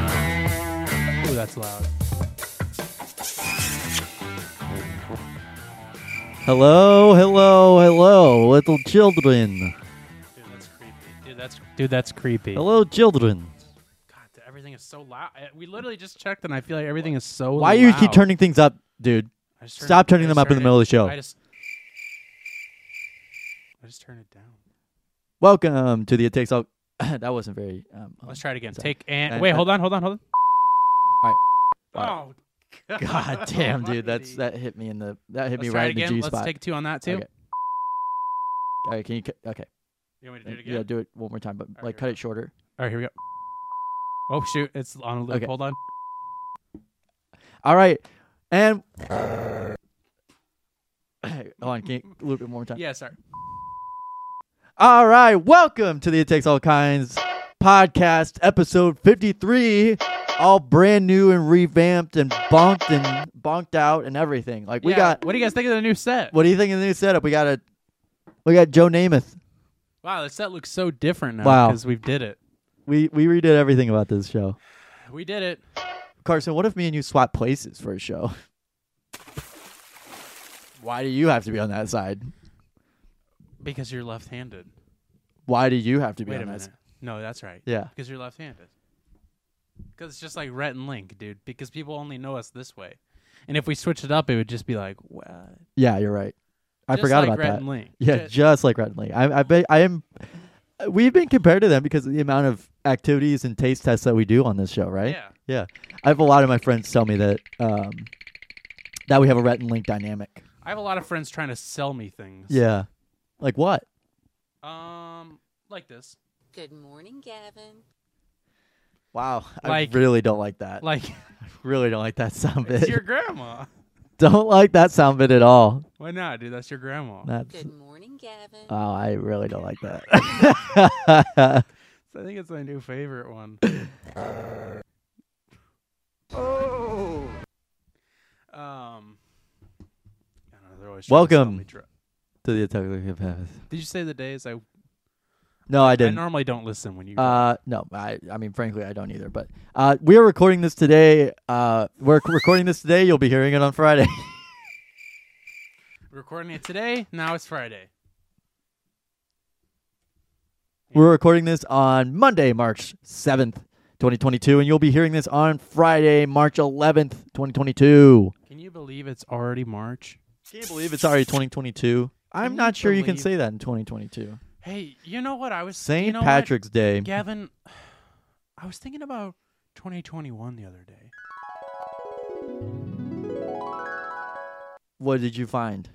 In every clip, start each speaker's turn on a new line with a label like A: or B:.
A: Ooh, that's loud.
B: Hello, hello, hello, little children.
A: Dude, that's creepy. Dude, that's dude, that's creepy.
B: Hello, children.
A: God, everything is so loud. I- We literally just checked, and I feel like everything is so.
B: Why do you keep
A: loud.
B: turning things up, dude?
A: I just
B: stop
A: turned-
B: turning
A: I
B: them
A: just
B: up in the
A: turned
B: middle
A: it-
B: of the show.
A: I just, I just turned it down.
B: Welcome to the It Takes All. that wasn't very. Um,
A: Let's try it again.
B: Sorry.
A: Take and
B: And-
A: wait.
B: and-
A: Hold on. Hold on. Hold on.
B: Alright.
A: Oh God,
B: God damn, dude, that's
A: almighty.
B: that hit me in the that hit
A: Let's
B: me
A: try
B: right
A: it
B: in the
A: again.
B: G
A: Let's
B: spot.
A: take two on that too.
B: Okay. All right, can you? cu- Okay,
A: You want me to do it again?
B: yeah, do it one more time, but
A: Alright,
B: like
A: here
B: cut
A: we
B: it shorter.
A: All right, here we go. Oh shoot, it's on a loop.
B: Okay.
A: Hold on.
B: All right, and hold on, can you loop it one more time?
A: Yeah, sorry.
B: All right, welcome to the It Takes All Kinds podcast, episode fifty-three, all brand new and revamped and bonked and bonked out and everything. Like we
A: Yeah,
B: got,
A: What do you guys think of the new set?
B: what do you think of the new setup? We got a, we got Joe Namath.
A: Wow, the set looks so different now
B: Wow.
A: because we've did it.
B: We we redid everything about this show.
A: We did it.
B: Carson, what if me and you swap places for a show? Why do you have to be on that side?
A: Because you're left-handed.
B: Why do you have to be
A: Wait
B: on
A: a
B: that
A: minute.
B: side?
A: No, that's right.
B: Yeah.
A: Because you're left-handed. Because it's just like Rhett and Link, dude. Because people only know us this way, and if we switched it up, it would just be like, what?
B: Yeah, you're right. I
A: Just
B: forgot
A: like
B: about
A: Rhett
B: that.
A: and Link.
B: Yeah,
A: Ju-
B: just, like Rhett and Link. I, I bet I am. We've been compared to them because of the amount of activities and taste tests that we do on this show, right?
A: Yeah.
B: Yeah. I have a lot of my friends tell me that um, that we have a Rhett and Link dynamic.
A: I have a lot of friends trying to sell me things.
B: Yeah. Like what?
A: Um, like this.
C: Good morning, Gavin.
B: Wow.
A: Like-
B: I really don't like that.
A: Like
B: I really don't like that sound bit.
A: it's your grandma.
B: don't like that sound bit at all.
A: Why not, dude? That's your grandma.
B: That's
C: Good morning, Gavin.
A: Uh.
B: Oh, I really don't like that.
A: I think it's my new favorite one. oh. Um. I don't know, they're always trying to sell
B: Welcome.
A: me dr-
B: to the Italian path.
A: Did you say the days I?
B: No, I
A: I
B: didn't.
A: normally don't listen when you.
B: Uh, no, I, I mean, frankly, I don't either. But uh, we are recording this today. Uh, we're recording this today. You'll be hearing it on Friday.
A: We're recording it today. Now it's Friday.
B: we're recording this on Monday, March seventh, twenty twenty-two, and you'll be hearing this on Friday, March eleventh, twenty twenty-two.
A: Can you believe it's already March?
B: Can you believe it's already twenty twenty-two? I'm
A: you
B: not sure you can
A: believe-
B: say that in twenty twenty-two.
A: Hey, you know what I was
B: Saint
A: you know what?
B: Patrick's Day.
A: Gavin, I was thinking about 2021 the other day.
B: What did you find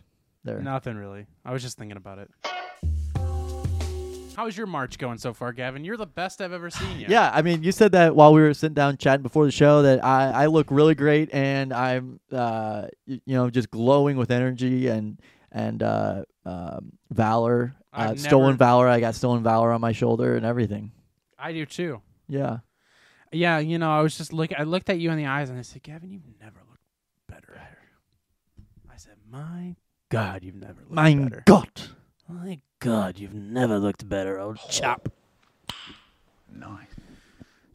B: there?
A: Nothing really. I was just thinking about it. How's your March going so far, Gavin? You're the best I've ever seen you.
B: Yeah, I mean, you said that while we were sitting down chatting before the show that I, I look really great and I'm, uh, y- you know, just glowing with energy and and uh, um, valor. Uh,
A: I've never-
B: Stolen valor. I got stolen valor on my shoulder and everything.
A: I do too.
B: Yeah,
A: Yeah, you know, I was just look. I looked at you in the eyes and I said, Gavin, you've never looked better. I said, My God, you've never looked
B: my
A: better.
B: God.
A: My God, you've never looked better, old
B: Oh.
A: chap.
D: Nice.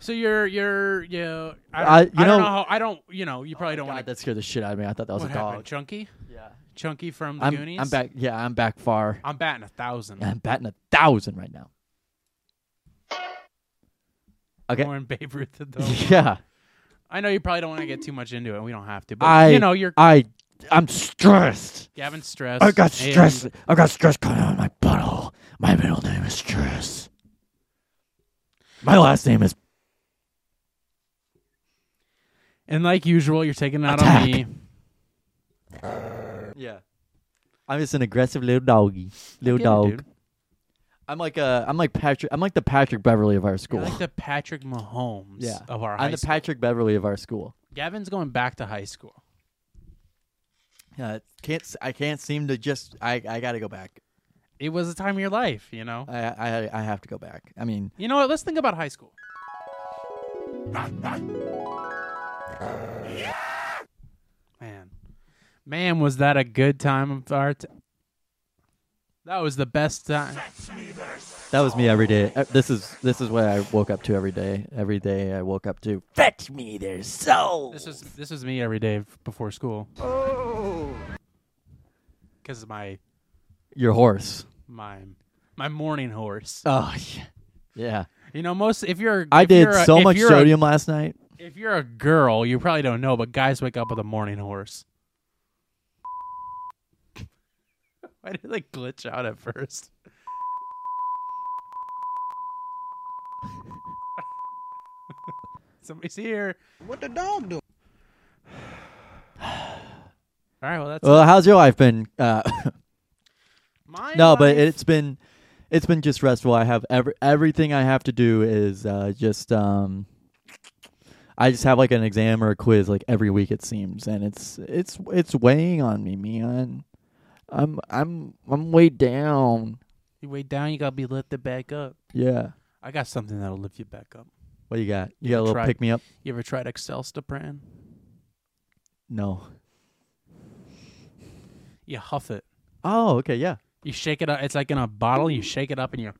A: So you're you're you. Know, I,
B: I-
A: don't-
B: you
A: I don't
B: know-
A: know how. I don't. You know, you probably don't
B: Oh, God,
A: want to.
B: that scared the shit out of me. I thought that was
A: What
B: a
A: happened,
B: dog.
A: Chunky?
B: Yeah,
A: Chunky from the
B: I'm,
A: Goonies.
B: I'm back. Yeah, I'm back far.
A: I'm batting a thousand.
B: I'm batting a thousand right now. Okay.
A: More in Babe Ruth did though.
B: Yeah,
A: I know you probably don't want to get too much into it. We don't have to, but
B: I-
A: you know, you're
B: I, I'm stressed.
A: Gavin stressed.
B: I got
A: and-
B: stress. I got stress coming out of my butthole. My middle name is Stress. My last name is
A: And like usual, you're taking it out on
B: Attack.
A: me.
B: Yeah. I'm just an aggressive little doggy, little
A: Get it,
B: dog.
A: dude.
B: I'm like uh, I'm like Patrick. I'm like the Patrick Beverly of our
A: You're
B: school.
A: like the Patrick Mahomes
B: Yeah.
A: of our
B: I'm
A: high
B: the
A: school.
B: Patrick Beverly of our school.
A: Gavin's going back to high school.
B: Yeah, it can't s- I can't seem to just I I got to go back.
A: It was a time of your life, you know.
B: I I I have to go back. I mean,
A: You know what? Let's think about high school. Man, man, was that a good time of our? T- that was the best time.
B: that was me every day. Uh, This is this is what I woke up to every day. Every day I woke up to fetch me their soul.
A: This was this was me every day f- before school. Oh, because my
B: Your horse.
A: my my morning horse.
B: Oh yeah. Yeah.
A: You know, most if you're
B: I
A: if
B: did
A: you're a-
B: so
A: if
B: much
A: you're a-
B: sodium last night.
A: if you're a girl, you probably don't know, but guys wake up with a morning horse. Why did they glitch out at first? Somebody's here.
D: What the dog do?
A: All right, well that's
B: Well, how's your life been? Uh,
A: my
B: no, but
A: life.
B: it's been it's been just restful. I have every everything I have to do is uh, just um, I just have like an exam or a quiz like every week it seems, and it's it's it's weighing on me, man. I'm I'm I'm way down.
A: you way down, you gotta be lifted back up.
B: Yeah.
A: I got something that'll lift you back up.
B: What do you got? You got a little
A: Try-
B: pick me up?
A: You ever tried Excelstapran?
B: No.
A: You huff it.
B: Oh, okay, yeah.
A: You shake it up. It's like in a bottle. You shake it up and you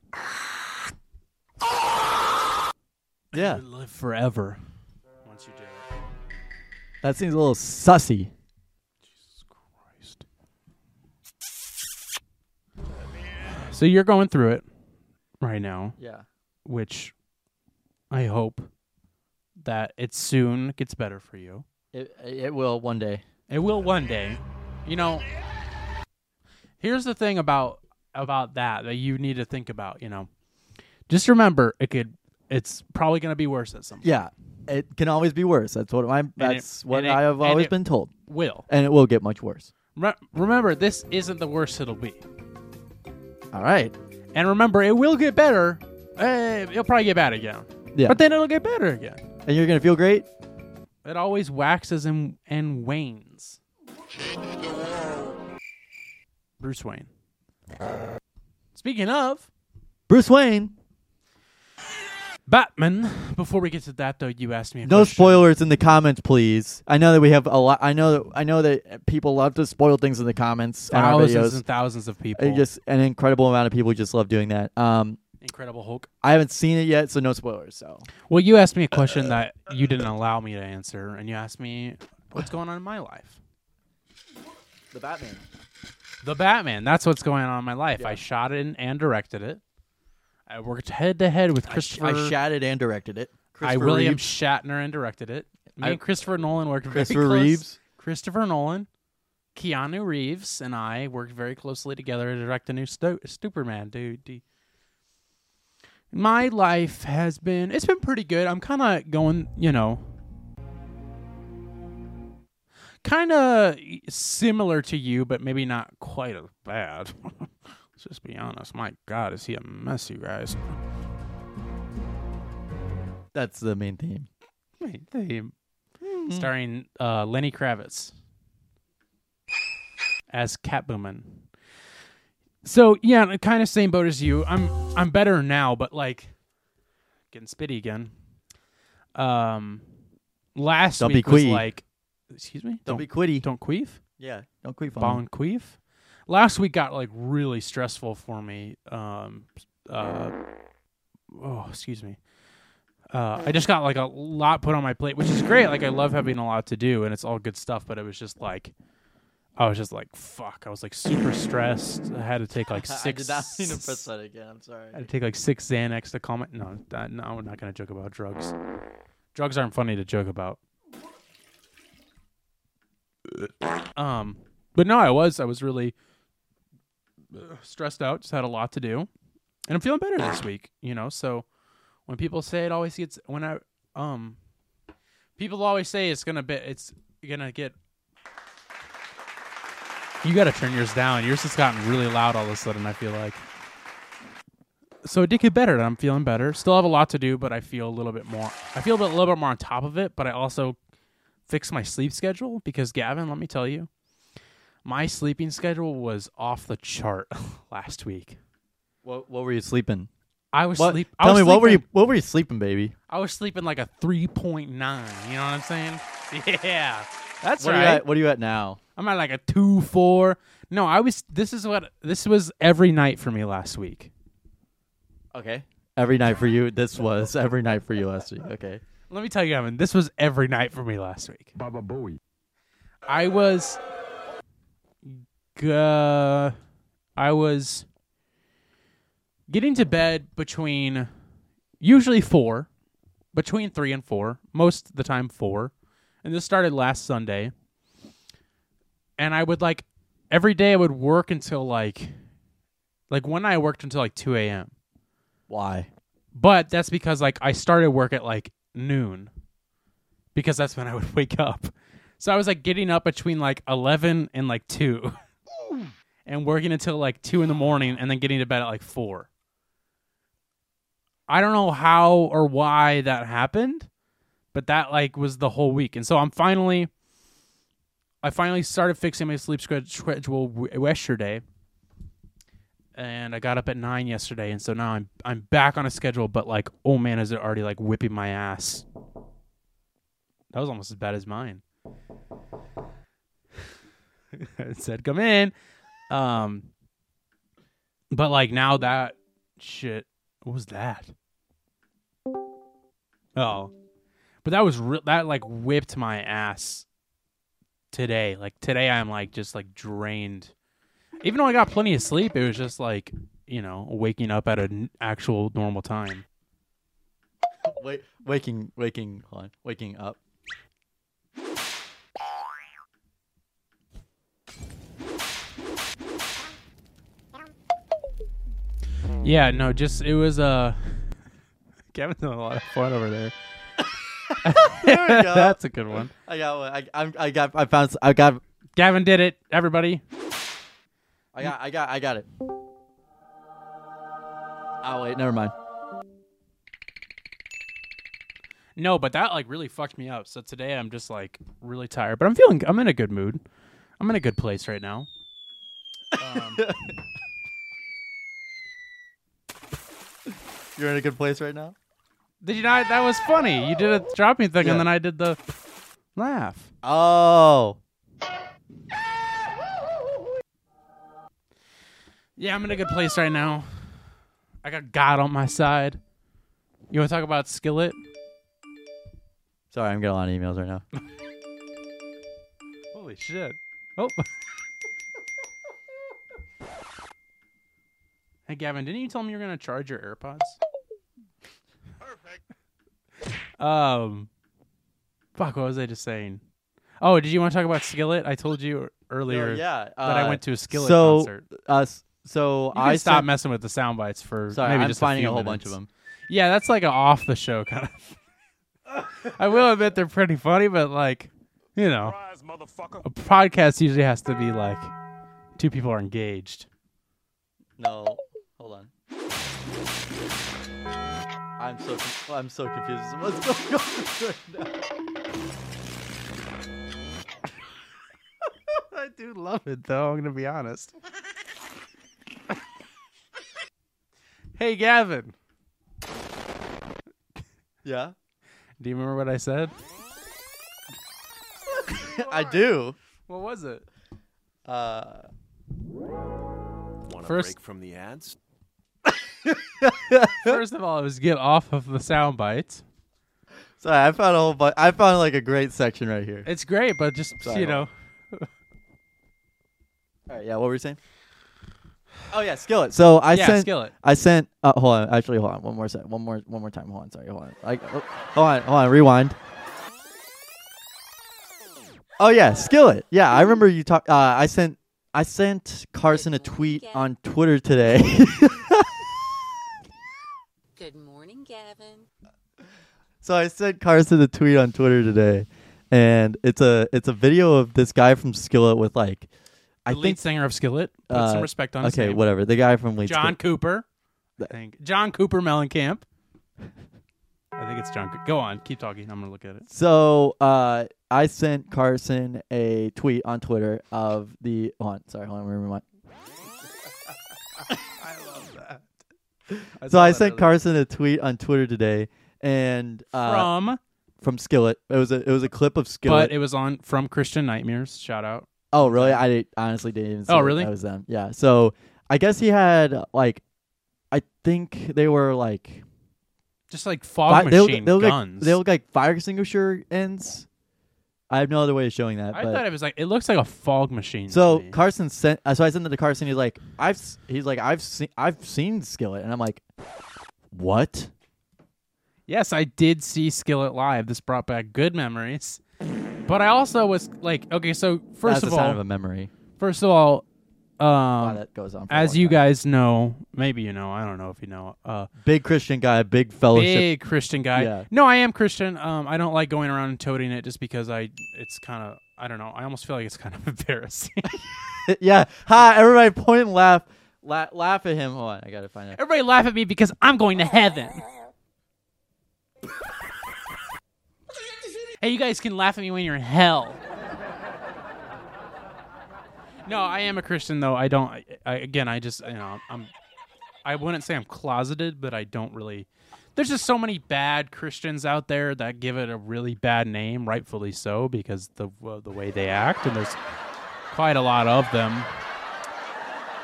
B: Yeah.
A: you live forever. Once you do it.
B: That seems a little sussy.
A: So you're going through it right now,
B: Yeah.
A: which I hope that it soon gets better for you.
B: It it will one day.
A: It will one day. You know, here's the thing about about that that you need to think about, you know. Just remember it could it's probably going to be worse at some point.
B: Yeah. It can always be worse. That's what I'm that's
A: it-
B: what
A: and it-
B: I have
A: and
B: always
A: it-
B: been told.
A: Will.
B: And it will get much worse.
A: Re- remember this isn't the worst it'll be.
B: All right.
A: And remember it will get better. Eh, it'll probably get bad again.
B: Yeah.
A: But then it'll get better again.
B: and you're gonna feel great.
A: It always waxes and, and wanes. Bruce Wayne. Speaking of
B: Bruce Wayne.
A: Batman, before we get to that though, you asked me a
B: No
A: question.
B: spoilers in the comments, please. I know that we have a lot. I know that I know that people love to spoil things in the comments on our
A: Thousands
B: videos.
A: and thousands of people.
B: It just an incredible amount of people just love doing that. Um,
A: Incredible Hulk.
B: I haven't seen it yet, so no spoilers. So
A: Well, you asked me a question that you didn't allow me to answer, and you asked me what's going on in my life.
B: the Batman.
A: The Batman. That's what's going on in my life. I shot it and directed it. I worked head to head with Christopher.
B: I shat it and directed it.
A: I
B: Christopher
A: William
B: Reeve.
A: Shatner and directed it. Me
B: I-
A: and Christopher Nolan worked
B: Christopher
A: very close.
B: Reeves.
A: Christopher Nolan, Keanu Reeves, and I worked very closely together to direct the new Sto- Superman, dude. D- My life has been it's been pretty good. I'm kind of going, you know, kind of similar to you, but maybe not quite as bad. Let's just be honest. My God, is he a mess, you guys?
B: That's the main theme.
A: Wait, they-
B: Hmm.
A: Starring uh, Lenny Kravitz as Catwoman. So yeah, kind of same boat as you. I'm I'm better now, but like getting spitty again. Um, last
B: Don't be
A: week was
B: queef.
A: like, excuse me,
B: Don't, be quitty.
A: don't queef,
B: yeah, don't queef on me.
A: bong queef. Last week got like really stressful for me. Um, uh, oh, excuse me. Uh, I just got like a lot put on my plate, which is great. Like I love having a lot to do, and it's all good stuff. But it was just like, I was just like, fuck. I was like super stressed. I had to take like six.
B: I did not mean to press that again. I'm sorry.
A: I had to take like six Xanax to calm it. No, that, no, we're not gonna joke about drugs. Drugs aren't funny to joke about. Um, but no, I was I was really uh, stressed out. Just had a lot to do, and I'm feeling better this week. You know, so when people say it always gets when I um, people always say it's gonna be it's gonna get You got to turn yours down. Yours has gotten really loud all of a sudden, I feel like. So it did get better, and I'm feeling better. Still have a lot to do, but I feel a little bit more. I feel a, bit, a little bit more on top of it, but I also fixed my sleep schedule because, Gavin, let me tell you, my sleeping schedule was off the chart last week.
B: What, what were you sleeping?
A: I was
B: What,
A: sleep. I
B: tell
A: was
B: me what were
A: sleeping-
B: you what were you sleeping, baby?
A: I was sleeping like a 3.9. You know what I'm saying? Yeah. That's
B: what,
A: right.
B: are you at, what are you at now?
A: I'm at like a 2 4. No, I was this is what this was every night for me last week.
B: Okay. Every night for you. This was every night for you last week. Okay.
A: Let me tell you, Evan, this was every night for me last week.
D: Baba Booey.
A: I was uh, I was getting to bed between usually 4, between 3 and 4, most of the time 4. And this started last Sunday. And I would like every day I would work until like like one night I worked until like 2 a.m.
B: Why?
A: But that's because like I started work at like noon because that's when I would wake up. So I was like getting up between like 11 and like 2 and working until like 2 in the morning and then getting to bed at like 4. I don't know how or why that happened, but that like was the whole week. And so I'm finally I finally started fixing my sleep sched- schedule w- yesterday and I got up at nine yesterday, and so now I'm I'm back on a schedule. But like, oh man, is it already like whipping my ass? That was almost as bad as mine. it said, "Come in," um, but like now that shit, what was that? Oh, but that was re- that like whipped my ass today. Like today, I'm like just like drained even though I got plenty of sleep, it was just like you know waking up at an actual normal time.
B: Wait, waking, waking, hold on, waking up.
A: Yeah, no, just it was uh Kevin's having a lot of fun over there.
B: There we go.
A: That's a good one.
B: I got one. I, I'm, I got. I found. s- I got.
A: Gavin did it, everybody.
B: I got. I got. I got it. Oh wait, never mind.
A: No, but that like really fucked me up. So today I'm just like really tired, but I'm feeling I'm in a good mood. I'm in a good place right now. Um,
B: You're in a good place right now.
A: did you not? That was funny. You did a dropping thing,
B: Yeah.
A: and then I did the laugh.
B: Oh,
A: Yeah, I'm in a good place right now. I got God on my side. You want to talk about Skillet?
B: sorry. I'm getting a lot of emails right now.
A: Holy shit. Oh. hey, Gavin, didn't you tell me you were going to charge your AirPods? Perfect. um, fuck, what was I just saying? Oh, did you want to talk about Skillet? I told you earlier
B: No, yeah,
A: that I
B: uh,
A: went to a Skillet
B: so,
A: concert. You
B: Uh, s- so
A: can
B: I
A: stop
B: sent-
A: messing with the sound bites for
B: Sorry,
A: maybe
B: I'm
A: just
B: finding
A: a,
B: a,
A: few
B: whole bunch
A: minutes.
B: of them.
A: Yeah, that's like an off the show kind of. I will admit they're pretty funny, but like, you know, a podcast usually has to be like two people are engaged.
B: No, hold on. I'm so con- I'm so confused. as to What's going on right
A: I do love it though. I'm gonna be honest. hey, Gavin,
B: now?
A: do you remember what I said?
B: Yeah, I do.
A: What was it?
B: Uh,
E: Want to
A: First-
E: break from the ads?
A: First of all, it was get off of the sound bites.
B: sorry, I found a whole bunch. I found like a great section right here.
A: It's great, but just
B: Sorry,
A: you
B: hold
A: know,
B: on. All right, yeah. What were you saying? Oh yeah, skillet. So I
A: yeah,
B: sent.
A: skillet.
B: I sent. Uh, hold on. Actually, hold on. One more sec. One more. One more time. Hold on. Sorry. Hold on. Like, oh, hold on. Hold on. Rewind. Oh yeah, skillet. Yeah, I remember you talk. Uh, I sent. I sent Carson a tweet on Twitter today.
C: Good morning, Gavin.
B: so I sent Carson a tweet on Twitter today, and it's a it's a video of this guy from Skillet with like I
A: the lead
B: think
A: singer of Skillet. Put
B: uh,
A: some respect on his
B: okay,
A: name.
B: whatever. The guy from Leeds.
A: John
B: Kid.
A: Cooper. I think John Cooper Mellencamp. I think it's John. Coo- Go on, keep talking. I'm gonna look at it.
B: So uh, I sent Carson a tweet on Twitter of the. Hold on, sorry, hold on, remember my. So I sent Carson a tweet on Twitter today, and uh,
A: from,
B: from Skillet, it was a it was a clip of Skillet.
A: but it was on from Christian Nightmares. Shout out.
B: Oh, really? I did, honestly didn't even see
A: Oh,
B: that
A: really?
B: that was them. Yeah. So I guess he had like, I think they were like
A: Just like fog
B: fi- they,
A: machine
B: look, they look like
A: guns.
B: they look like fire extinguisher ends. I have no other way of showing that.
A: I
B: but
A: thought it was like it looks like a fog machine. to
B: so
A: me.
B: Carson sent. Uh, so I sent it to Carson. He's like, I've s- he's like I've seen I've seen Skillet, and I'm like, what?
A: Yes, I did see Skillet live. This brought back good memories. But I also was like, okay, so first
B: That's
A: of
B: the
A: all,
B: sound of a memory.
A: first of all,
B: Wow,
A: um,
B: that goes on. For a
A: as
B: long
A: you
B: time.
A: guys know, maybe you know, I don't know if you know, uh,
B: big Christian guy, big fellowship.
A: big Christian guy.
B: Yeah.
A: No, I am Christian. Um, I don't like going around and toting it just because I, it's kind of, I don't know, I almost feel like it's kind of embarrassing.
B: yeah. Ha! Everybody point and laugh, La- laugh at him. Hold on, I gotta find it.
A: Everybody laugh at me because I'm going to heaven. hey, you guys can laugh at me when you're in hell. No, I am a Christian though. I don't. I, I, again, I just you know I'm. I wouldn't say I'm closeted, but I don't really. There's just so many bad Christians out there that give it a really bad name, rightfully so, because the uh, the way they act, and there's quite a lot of them.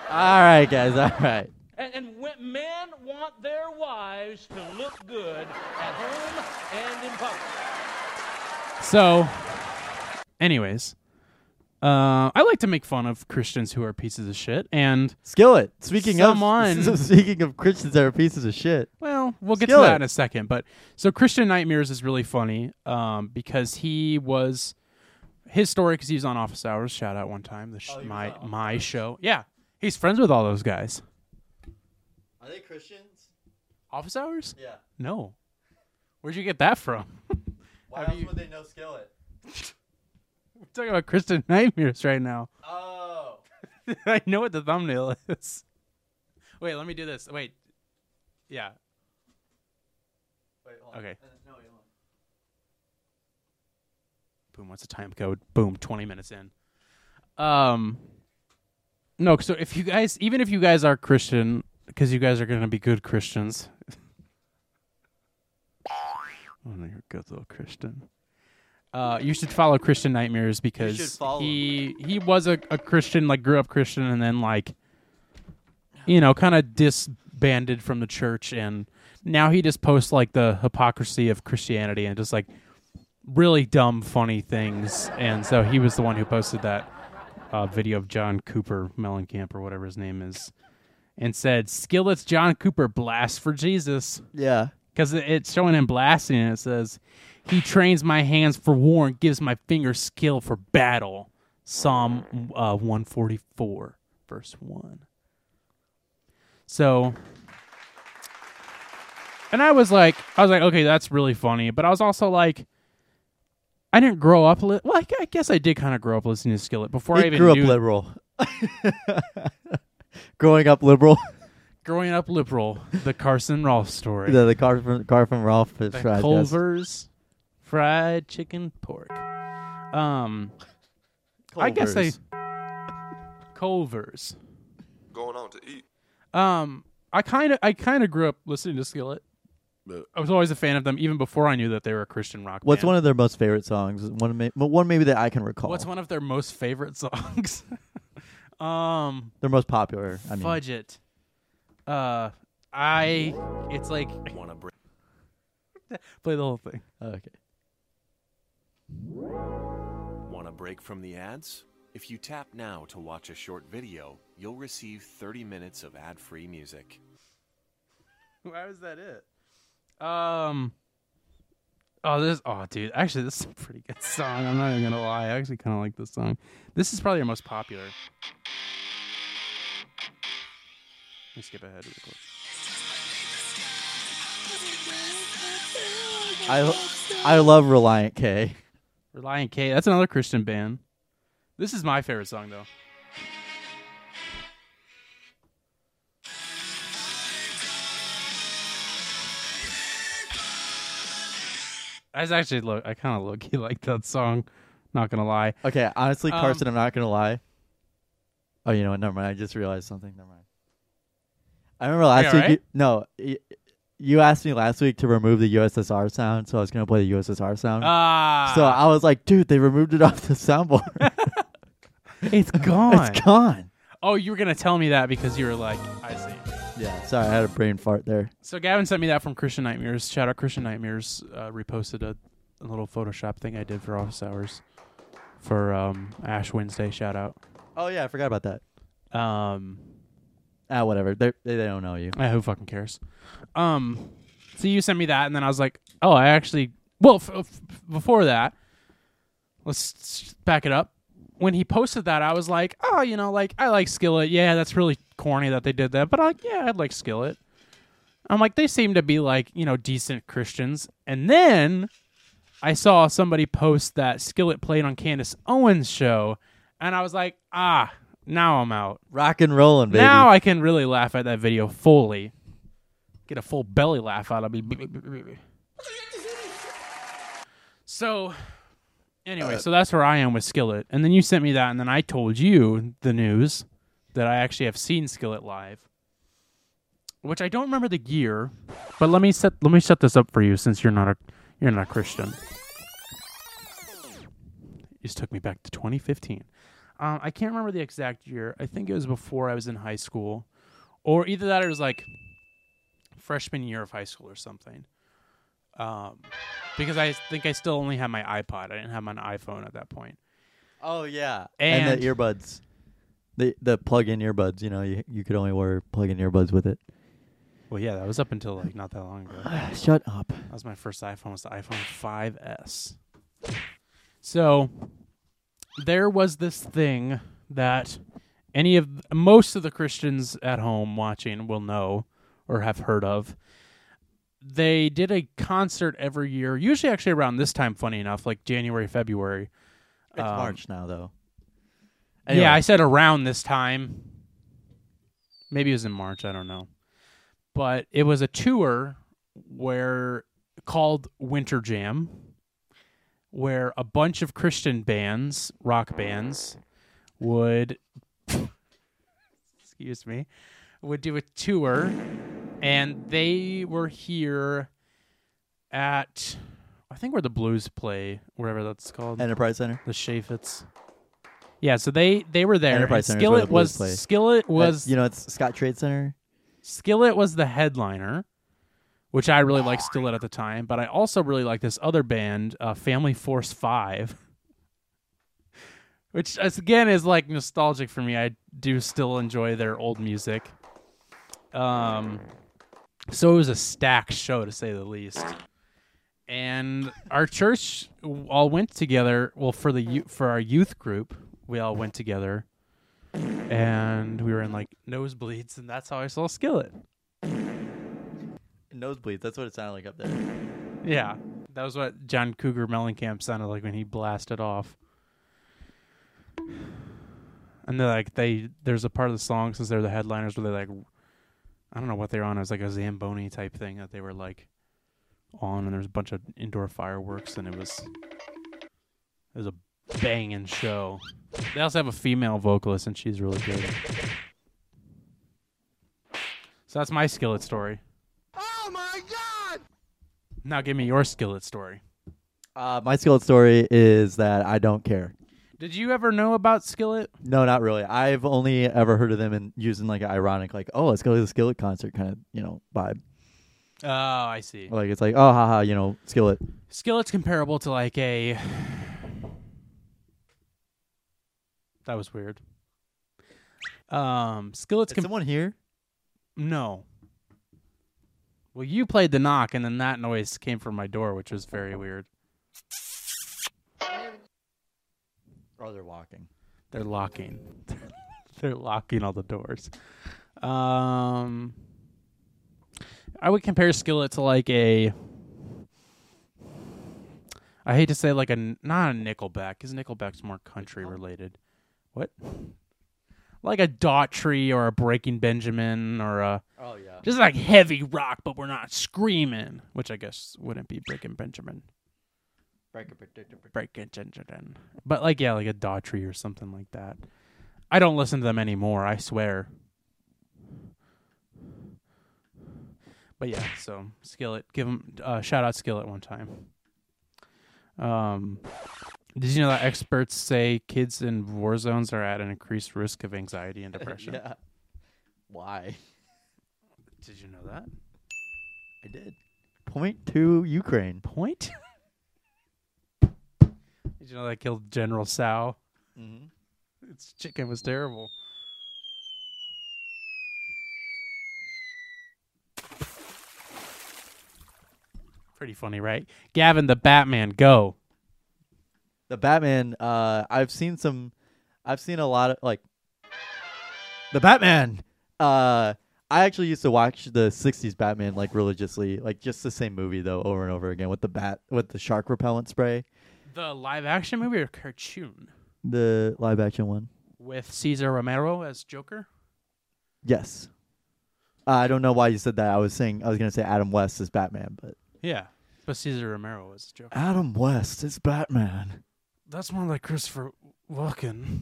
B: All right, guys. All right.
F: And, and when- men want their wives to look good at home and in public.
A: So, anyways, uh, I like to make fun of Christians who are pieces of shit, and
B: Skillet. Speaking
A: Someone-
B: of speaking of Christians that are pieces of shit.
A: well, we'll get to
B: Skillet.
A: that in a second. But so Christian Nightmares is really funny um, because he was his story because he was on Office Hours. Shout out one time the sh- my my show. Yeah, he's friends with all those guys.
B: Are they Christians?
A: Office Hours?
B: Yeah.
A: No. Where'd you get that from?
B: Why
A: Have else you-
B: would they know Skillet?
A: We're talking about Christian Nightmares right now.
B: Oh.
A: I know what the thumbnail is. Wait, let me do this. Wait. Yeah.
B: Wait, hold
A: on. Okay.
B: No, wait, hold
A: Boom, what's the time code? Boom, 20 minutes in. Um No, so if you guys even if you guys are Christian cuz you guys are going to be good Christians. oh, no, you're a good little Christian. Uh, you should follow Christian Nightmares
B: should
A: because
B: follow
A: he he was a, a Christian, like grew up Christian, and then like you know, kind of disbanded from the church, and now he just posts like the hypocrisy of Christianity and just like really dumb, funny things. And so he was the one who posted that uh, video of John Cooper Mellencamp or whatever his name is, and said, "Skillet's John Cooper blast for Jesus."
B: Yeah.
A: because it's showing him blasting and it says he trains my hands for war and gives my fingers skill for battle psalm uh, 144 verse 1 so and i was like i was like okay that's really funny but i was also like i didn't grow up li- well I, gu- I guess i did kind of grow up listening to skillet before i
B: He
A: even
B: grew up
A: knew
B: liberal. Growing up liberal.
A: growing up liberal the carson rolfe story
B: the, the car from car from Ralph is
A: The
B: fried, yes.
A: Culver's fried chicken pork. Um, I guess I Culver's.
B: Culver's.
G: going on to eat.
A: Um, I kind of I kind of grew up listening to Skillet. I was always a fan of them, even before I knew that they were a Christian rock.
B: What's
A: band.
B: one of their most favorite songs? One, ma- one maybe that I can recall.
A: What's one of their most favorite songs? um,
B: Their most popular. I mean,
A: fudge it. Uh, I. It's like
E: Wanna bring?
A: play the whole thing.
B: Okay.
E: Want a break from the ads? If you tap now to watch a short video, you'll receive 30 minutes of ad-free music.
A: Why was that it? Um. Oh, this. Oh, dude. Actually, this is a pretty good song. I'm not even gonna lie. I actually kind of like this song. This is probably our most popular. Let me skip ahead. Real quick.
B: I I love Reliant K.
A: Reliant K. That's another Christian band. This is my favorite song though. I was actually look. I kind of low key like that song. Not gonna lie.
B: Okay, honestly,
A: Um,
B: Carson, I'm not gonna lie. Oh, you know what? Never mind. I just realized something. Never mind. I remember last week.
A: alright?
B: You, no, y- you asked me last week to remove the USSR sound, so I was gonna play the USSR sound.
A: Ah,
B: so I was like, dude, they removed it off the soundboard.
A: it's gone.
B: it's gone.
A: Oh, you were gonna tell me that because you were like, I see.
B: Yeah. Sorry, I had a brain fart there.
A: So Gavin sent me that from Christian Nightmares. Shout out Christian Nightmares. Uh, reposted a, a little Photoshop thing I did for office hours for um, Ash Wednesday. Shout out.
B: Oh yeah, I forgot about that.
A: Um,
B: Ah, whatever. They're, they they don't know you.
A: eh, who fucking cares? Um, so you sent me that, and then I was like, oh, I actually. Well, f- f- before that, let's s- back it up. When he posted that, I was like, oh, you know, like I like Skillet. Yeah, that's really corny that they did that, but I like, yeah, I'd like Skillet. I'm like, they seem to be like, you know, decent Christians. And then I saw somebody post that Skillet played on Candace Owens' show, and I was like, ah, now I'm out.
B: Rock and rolling, baby.
A: Now I can really laugh at that video fully. Get a full belly laugh out of me. So, anyway, so that's where I am with Skillet. And then you sent me that, and then I told you the news that I actually have seen Skillet live, which I don't remember the year. But let me set let me set this up for you since you're not a you're not a Christian. You just took me back to 2015. Um, I can't remember the exact year. I think it was before I was in high school, or either that or it was like freshman year of high school or something. Um, because I think I still only had my iPod. I didn't have my iPhone at that point.
B: Oh yeah,
A: And-
B: the earbuds, the the plug-in earbuds. You know, you you could only wear plug-in earbuds with it.
A: Well, yeah, that was up until like not that long ago. That
B: Shut up.
A: was my first iPhone. Was the iPhone 5s. So there was this thing that any of most of the Christians at home watching will know or have heard of. They did a concert every year, usually actually around this time. Funny enough, like January, February.
B: It's
A: Um,
B: March now, though.
A: Yeah, I
B: Anyway,
A: said around this time. Maybe it was in March, I don't know. But it was a tour where called Winter Jam where a bunch of Christian bands, rock bands would excuse me, would do a tour and they were here at I think where the blues play, wherever that's called.
B: Enterprise Center.
A: The Shafitz. Yeah, so they they were there.
B: Enterprise
A: and
B: Center is
A: Skillet
B: where the Blues
A: was
B: play.
A: Skillet was
B: you know it's Scott Trade Center.
A: Skillet was the headliner, which I really liked Skillet at the time, but I also really liked this other band, uh, Family Force Five, which as again is like nostalgic for me. I do still enjoy their old music. Um, so it was a stacked show to say the least. And our church all went together. Well, for the yo- for our youth group, we all went together and we were in like nosebleeds, and that's how I saw Skillet.
B: Nosebleeds. That's what it sounded like up there.
A: Yeah, that was what John Cougar Mellencamp sounded like when he blasted off. And they're like they there's a part of the song since they're the headliners where they like I don't know what they're on. It was like a zamboni type thing that they were like on, and there's a bunch of indoor fireworks, and it was it was a banging show. They also have a female vocalist, and she's really good. So that's my skillet story.
D: Oh
A: Now give me your skillet story.
B: Uh, my skillet story is that I don't care.
A: Did you ever know about Skillet?
B: No, not really. I've only ever heard of them in using like an ironic, like, oh, let's go to the Skillet concert kind of, you know, vibe.
A: Oh, I see.
B: Like it's like, oh, haha, you know, Skillet.
A: Skillet's comparable to like a. That was weird. Um, Skillet's
B: Is
A: com-
B: someone here?
A: no. Well, you played the knock, and then that noise came from my door, which was very weird.
B: Or Oh, they're walking.
A: They're locking. They're locking all the doors. Um, I would compare Skillet to like a. I hate to say like a n- not a Nickelback because Nickelback's more country related. What? Like a Daughtry or a Breaking Benjamin or a
B: Oh yeah.
A: just like heavy rock, but we're not screaming, which I guess wouldn't be Breaking Benjamin.
B: Break it, break it, break it.
A: break it, dun, dun, dun. But like yeah, like a Daughtry or something like that. I don't listen to them anymore. I swear. But yeah, so Skillet, give him uh, shout out Skillet one time. Um, did you know that experts say kids in war zones are at an increased risk of anxiety and depression?
B: Yeah. Why?
A: Did you know that?
B: I did. Point to Ukraine.
A: Point. did you know that killed General Sow?
B: Mm-hmm.
A: Its chicken was terrible. Pretty funny, right? Gavin the Batman, go.
B: The Batman. Uh, I've seen some. I've seen a lot of like. The Batman. Uh, I actually used to watch the '60s Batman like religiously, like just the same movie though, over and over again with the bat with the shark repellent spray,
A: The live action movie or cartoon
B: the live action one.
A: with Cesar Romero as Joker?
B: Yes. Uh, I don't know why you said that. I was saying I was gonna say Adam West is Batman, but
A: Yeah. But Cesar Romero was Joker.
B: Adam West is Batman.
A: That's more like Christopher Walken.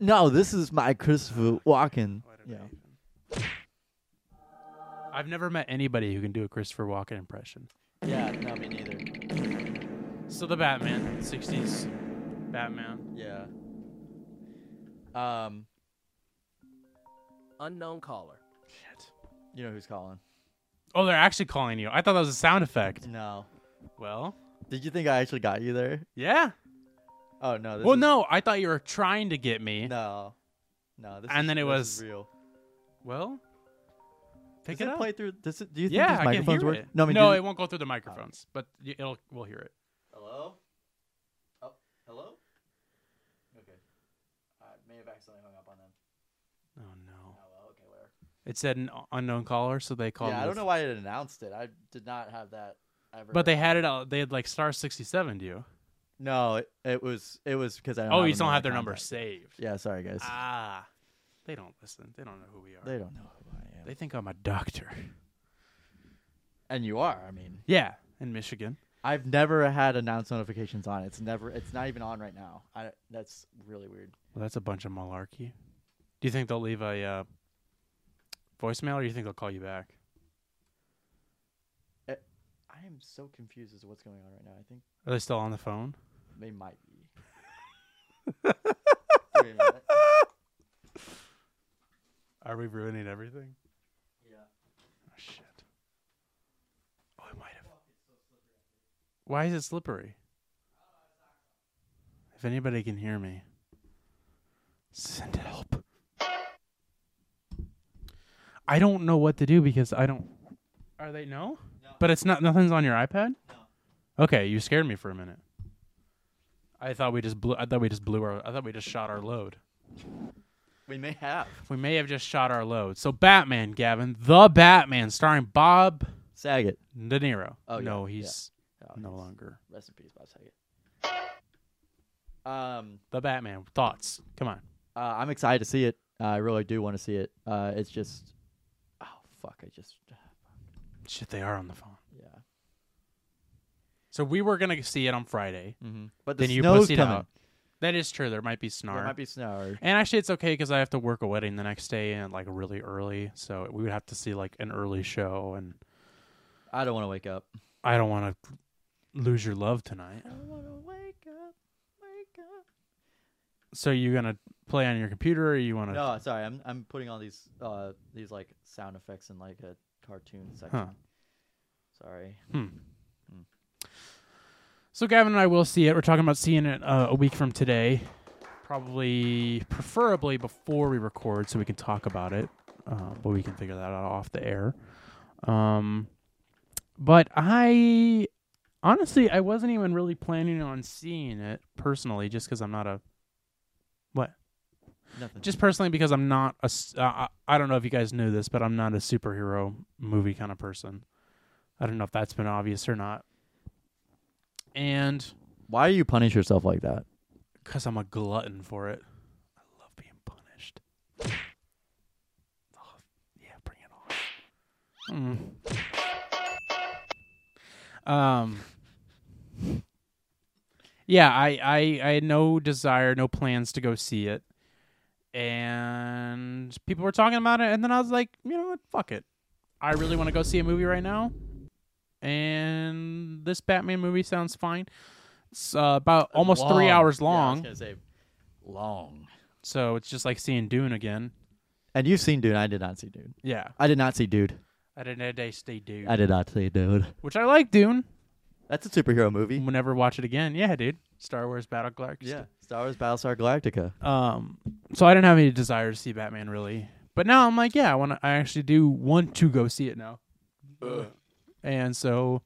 B: No, this is my Christopher Walken. Yeah.
A: I've never met anybody who can do a Christopher Walken impression.
B: Yeah, no, me neither.
A: So the Batman, 60s Batman.
B: Yeah. Um,
H: Unknown caller.
A: Shit.
B: you know who's calling?
A: Oh, they're actually calling you. I thought that was a sound effect.
B: No.
A: Well,
B: Did you think I actually got you there?
A: yeah.
B: Oh no. This
A: well,
B: is-
A: no, I thought you were trying to get me.
B: No. No. This
A: And
B: is-
A: then it
B: this is
A: was-
B: real.
A: Well, pick
B: does
A: it
B: it
A: up.
B: play through? Does it, do you think
A: yeah,
B: these
A: I can
B: microphones
A: hear
B: work?
A: it.
B: No, I mean,
A: no,
B: do- Oh.
A: it won't go through the microphones, but y- it'll we'll hear it.
B: Hello? Oh, hello? Okay. I may have accidentally hung up on them.
A: Oh no!
B: well, okay, whatever.
A: It said an unknown caller, so they called.
B: yeah, I
A: with-
B: don't know why it announced it. I did not have that ever.
A: But they had it. out They had like star sixty seven. Do you?
B: No, it, it was it was because I. Don't
A: Oh,
B: have
A: you
B: them
A: don't
B: in
A: have
B: my
A: their number
B: contacts.
A: saved.
B: Yeah, sorry guys.
A: Ah, they don't listen. They don't know who we are.
B: they don't know who I am.
A: They think I'm a doctor.
B: and you are. I mean,
A: Yeah, in Michigan.
B: I've never had announce notifications on. It's never. It's not even on right now. I, that's really weird.
A: Well, that's a bunch of malarkey. Do you think they'll leave a uh, voicemail, or do you think they'll call you back?
B: I am so confused as to what's going on right now. I think
A: Are they still on the phone?
B: they might be. Give me a minute.
A: Are we ruining everything? Yeah. Oh, shit. Oh, I might have. Why is it slippery? If anybody can hear me, send help. I don't know what to do because I don't. Are they no? But it's not. Nothing's on your iPad. No. Okay, you scared me for a minute. I thought we just blew. I thought we just blew our. I thought we just shot our load.
B: We may have
A: We may have just shot our load. So Batman, Gavin, the Batman, starring Bob
B: Saget.
A: De Niro.
B: Oh, yeah,
A: no,
B: yeah.
A: he's
B: Oh,
A: no
B: he's-
A: longer
B: Rest in peace, Bob Saget. Um,
A: the Batman. Thoughts? Come on.
B: uh, I'm excited to see it. Uh, I really do want to see it. Uh, it's just, oh fuck, I just,
A: Shit, they are on the phone.
B: yeah.
A: So we were gonna see it on Friday.
B: Mm-hmm. But the
A: then you
B: snow's
A: pussied
B: coming.
A: out. That is true. There might be snark.
B: There might be snow.
A: and actually, it's okay because I have to work a wedding the next day and like really early, so we would have to see like an early show, and
B: I don't want to wake up.
A: I don't want to lose your love tonight.
B: don't want to wake up, wake up.
A: So you gonna play on your computer, or you wanna?
B: No, sorry. I'm I'm putting all these uh these like sound effects in like a cartoon section. Sorry.
A: So Gavin and I will see it. We're talking about seeing it uh, a week from today, probably, preferably before we record, so we can talk about it. Uh, but we can figure that out off the air. Um, but I honestly, I wasn't even really planning on seeing it personally, just because I'm not a what.
B: Nothing.
A: Just personally, because I'm not a. s- Uh, I- I don't know if you guys knew this, but I'm not a superhero movie kind of person. I don't know if that's been obvious or not. And
B: Why do you punish yourself like that?
A: because I'm a glutton for it. I love being punished. Oh, yeah, bring it on. Mm. Um, yeah, I, I I had no desire, no plans to go see it, and people were talking about it, and then I was like, you know what, fuck it, I really want to go see a movie right now, and this Batman movie sounds fine. It's uh, about almost three hours
B: Long. Yeah, I was
A: long,
B: gonna say long.
A: so it's just like seeing Dune again.
B: And you've seen Dude. I did not see Dude.
A: Yeah,
B: I did not see Dude.
A: I didn't day stay Dune,
B: I did not see Dude.
A: which I like Dune.
B: That's a superhero movie.
A: We'll never watch it again. Yeah, dude, Star Wars Battle Galactica.
B: Yeah, Star Wars: Battlestar Galactica.
A: Um, so I didn't have any desire to see Batman really, but now I'm like, yeah, I want. to. I actually do want to go see it now. And so,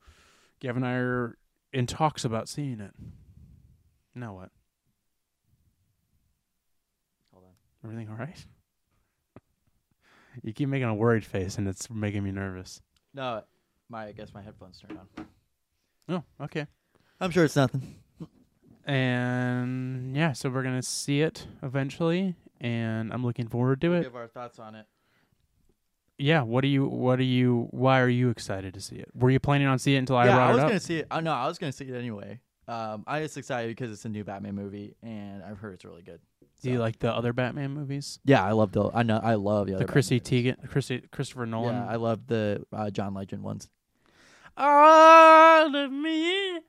A: Gavin and I are in talks about seeing it. Now what? Hold on. Everything all right? You keep making a worried face, and it's making me nervous.
B: No, my I guess my headphones turned on.
A: Oh, okay.
B: I'm sure it's nothing.
A: And yeah, so we're gonna see it eventually, and I'm looking forward to it.
B: Give our thoughts on it.
A: yeah what do you what do you why are you excited to see it were you planning on seeing it until i
B: yeah,
A: brought
B: I was
A: it up
B: gonna see it. I know I was gonna see it anyway. Um, I just excited because it's a new Batman movie, and I've heard it's really good.
A: do you like the other batman movies
B: Yeah, I love the. I know I love
A: the chrissy teigen chrissy christopher nolan
B: Yeah, I love the uh, John Legend ones.
A: all of me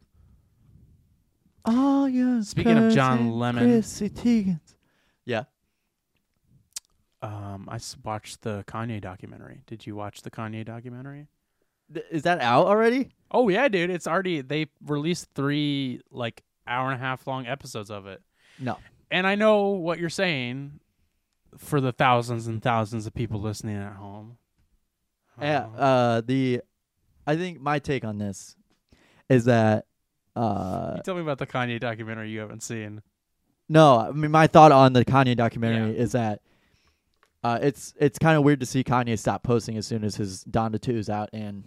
B: Oh yeah.
A: Speaking of John Lemon.
B: Chrissy Teigens. Yeah,
A: um i s- watched the kanye documentary did you watch the kanye documentary
B: Th- is that out already?
A: oh yeah dude it's already they released three like hour and a half long episodes of it
B: No.
A: and I know what you're saying for the thousands and thousands of people listening at home.
B: Yeah,
A: Um,
B: uh, the I think my take on this is that uh,
A: Um, you tell me about the Kanye documentary you haven't seen.
B: no, I mean my thought on the Kanye documentary
A: Yeah.
B: is that uh, it's it's kind of weird to see Kanye stop posting as soon as his Donda Two is out and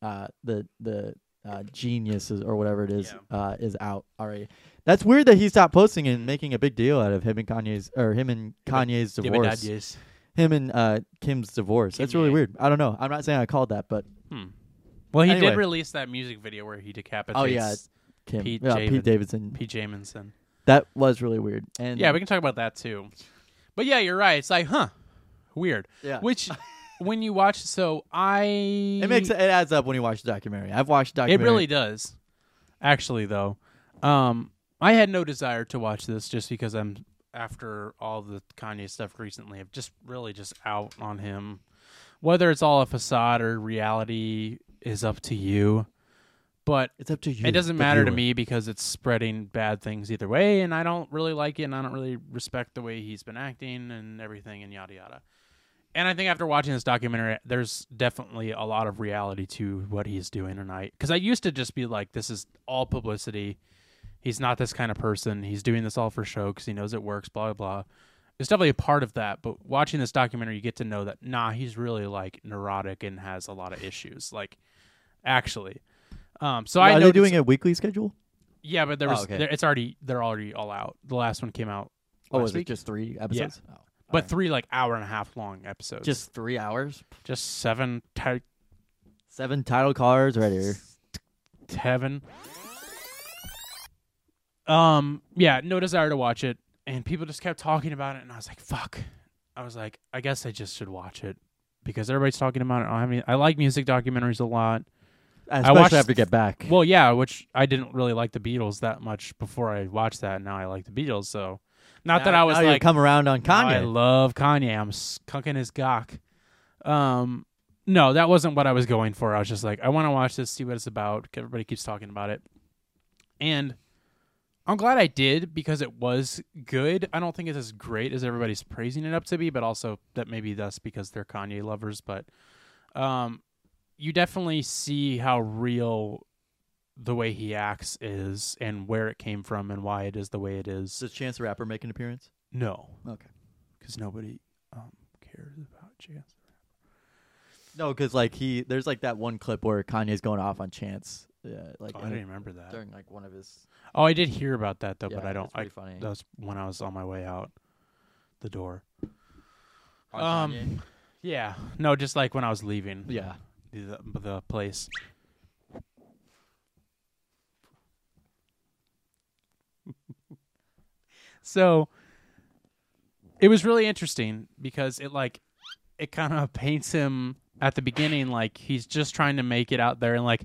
B: uh, the the uh, Genius is, or whatever it is uh, is out already. That's weird that he stopped posting and making a big deal out of him and Kanye's or him and Kanye's divorce. him and uh, Kim's divorce. That's really
A: Kimye.
B: weird. I don't know. I'm not saying I called that, but
A: Well, he
B: Anyway.
A: did release that music video where he decapitates
B: oh yeah, Kim,
A: Pete
B: yeah,
A: Javid-
B: Pete Davidson.
A: Pete Jamison.
B: That was really weird. And
A: Yeah, we can talk about that too. But yeah, you're right. It's like, huh, weird.
B: Yeah.
A: Which, when you watch, so I
B: it makes it adds up when you watch the documentary. I've watched
A: It
B: the documentary.
A: really does. Actually, though, um, I had no desire to watch this just because I'm after all the Kanye stuff recently. I'm just really just out on him. Whether it's all a facade or reality is up to you. But
B: It's up to you.
A: it doesn't
B: the
A: matter to
B: viewer.
A: me because it's spreading bad things either way, and I don't really like it, and I don't really respect the way he's been acting and everything, and yada yada. And I think after watching this documentary, there's definitely a lot of reality to what he's doing tonight. Because I used to just be like, this is all publicity. He's not this kind of person. He's doing this all for show because he knows it works, blah, blah, blah. It's definitely a part of that. But watching this documentary, you get to know that, nah, he's really like neurotic and has a lot of issues. Like, actually. Um, so I
B: Are
A: know
B: they doing a weekly schedule?
A: yeah, but there
B: Oh,
A: was
B: okay.
A: there, it's already they're already all out. The last one came out,
B: Oh,
A: Last
B: is it
A: week?
B: just three episodes? Oh, all
A: but
B: right.
A: three like hour and a half long episodes.
B: just three hours,
A: just seven ti-
B: seven title cards right here.
A: heaven. Um, yeah, no desire to watch it, and people just kept talking about it, and I was like, "Fuck!" I was like, "I guess I just should watch it because everybody's talking about it." I mean, I like music documentaries a lot.
B: Especially
A: watched-
B: after Get Back.
A: Well, yeah, which I didn't really like the Beatles that much before I watched that. and Now I like the Beatles, so not
B: Now-
A: that I was
B: now you
A: like
B: come around on
A: Now I
B: Kanye.
A: love Kanye. I'm s- cucking his gawk. Um, no, that wasn't what I was going for. I was just like, I want to watch this, see what it's about. 'cause Everybody keeps talking about it, and I'm glad I did because it was good. I don't think it's as great as everybody's praising it up to be, but also that maybe that's because they're Kanye lovers. But um, you definitely see how real the way he acts is, and where it came from, and why it is the way it is.
B: Does Chance the Rapper make an appearance?
A: No,
B: Okay.
A: because nobody um, cares about Chance.
B: No, because like he, there's like that one clip where Kanye's going off on Chance, uh, like
A: Oh, I
B: in-
A: didn't remember that.
B: during like one of his.
A: Oh, I did hear about that though, but
B: Yeah,
A: I don't.
B: it's
A: I,
B: pretty funny.
A: That was when I was on my way out the door. Um,
B: on Kanye.
A: Yeah, no, just like when I was leaving.
B: yeah.
A: the, the place. so it was really interesting because it like it kind of paints him at the beginning like he's just trying to make it out there and like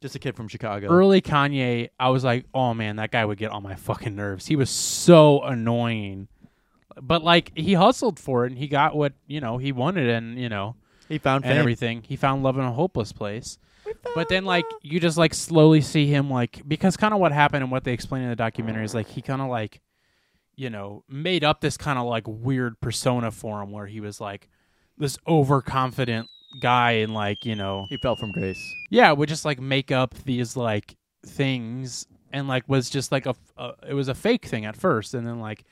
B: Just a kid from Chicago.
A: early Kanye, I was like, oh man, that guy would get on my fucking nerves. He was so annoying. But like he hustled for it and he got what, you know, he wanted and, you know,
B: he found
A: and
B: fame.
A: everything. He found love in a hopeless place. But then like you just like slowly see him like because kind of what happened and what they explain in the documentary is like he kind of like you know, made up this kind of like weird persona for him where he was like this overconfident guy and like, you know,
B: He fell from grace.
A: yeah would just like make up these like things and like was just like a, a it was a fake thing at first and then like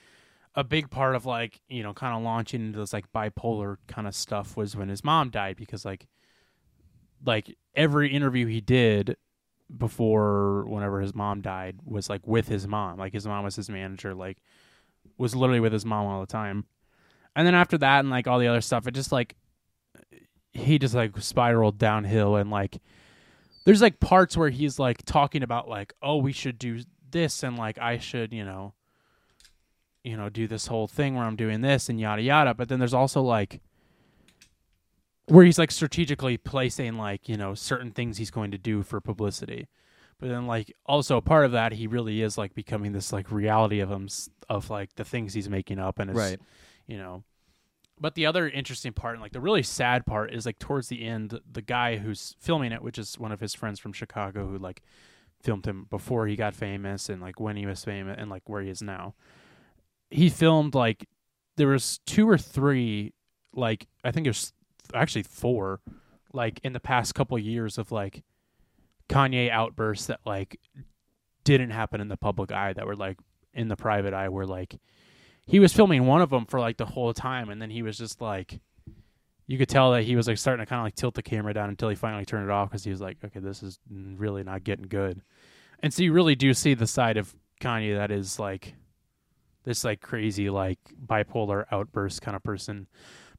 A: a big part of like you know kind of launching into this like bipolar kind of stuff was when his mom died because like like every interview he did before whenever his mom died was like with his mom like his mom was his manager like was literally with his mom all the time and then after that and like all the other stuff it just like he just like spiraled downhill and like there's like parts where he's like talking about like oh we should do this and like I should you know you know do this whole thing where I'm doing this and yada yada but then there's also like where he's like strategically placing like you know certain things he's going to do for publicity but then like also part of that he really is like becoming this like reality of him of like the things he's making up and it's
B: Right.
A: you know but the other interesting part and like the really sad part is like towards the end the guy who's filming it which is one of his friends from chicago who like filmed him before he got famous and like when he was famous and like where he is now he filmed like there was two or three like i think there's actually four like in the past couple years of like kanye outbursts that like didn't happen in the public eye that were like in the private eye were like he was filming one of them for like the whole time and then he was just like you could tell that he was like starting to kind of like tilt the camera down until he finally turned it off because he was like okay this is really not getting good and so you really do see the side of kanye that is like this like crazy like bipolar outburst kind of person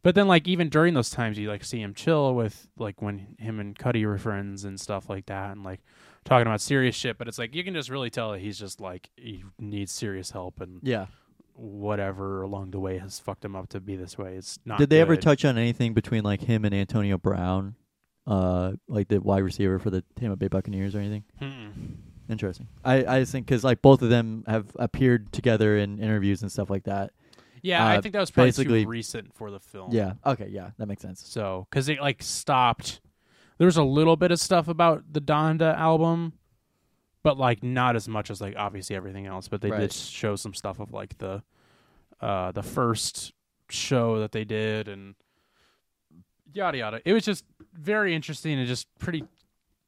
A: but then like even during those times you like see him chill with like when him and cuddy were friends and stuff like that and like talking about serious shit but it's like you can just really tell that he's just like he needs serious help and
B: Yeah.
A: whatever along the way has fucked him up to be this way. It's not.
B: Did they ever
A: good.
B: touch on anything between like him and Antonio Brown, uh, like the wide receiver for the Tampa Bay Buccaneers or anything?
A: Mm-mm.
B: Interesting. I I just think because like both of them have appeared together in interviews and stuff like that.
A: Yeah, I
B: Uh,
A: think that was probably
B: basically-
A: too recent for the film.
B: Yeah. Okay. Yeah, that makes sense.
A: So because it like stopped. There was a little bit of stuff about the Donda album, but like not as much as like obviously everything else. But they
B: Right.
A: did show some stuff of like the, uh, the first show that they did and yada yada. It was just very interesting and just pretty.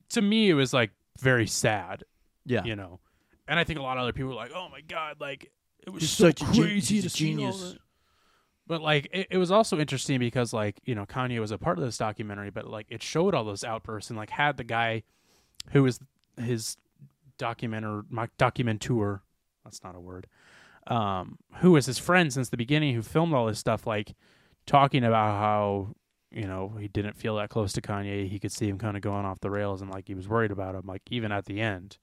A: To me, it was like very sad
B: Yeah.
A: you know. And I think a lot of other people were like, "Oh my god, like it was
B: He's
A: so
B: such a gen-
A: crazy
B: he's
A: to
B: a
A: see all
B: genius.
A: that." But like, it, it was also interesting because like you know Kanye was a part of this documentary, but like it showed all those outbursts and like had the guy who was his documenter my documenteur that's not a word um who was his friend since the beginning who filmed all this stuff like talking about how you know he didn't feel that close to kanye he could see him kind of going off the rails and like he was worried about him like even at the end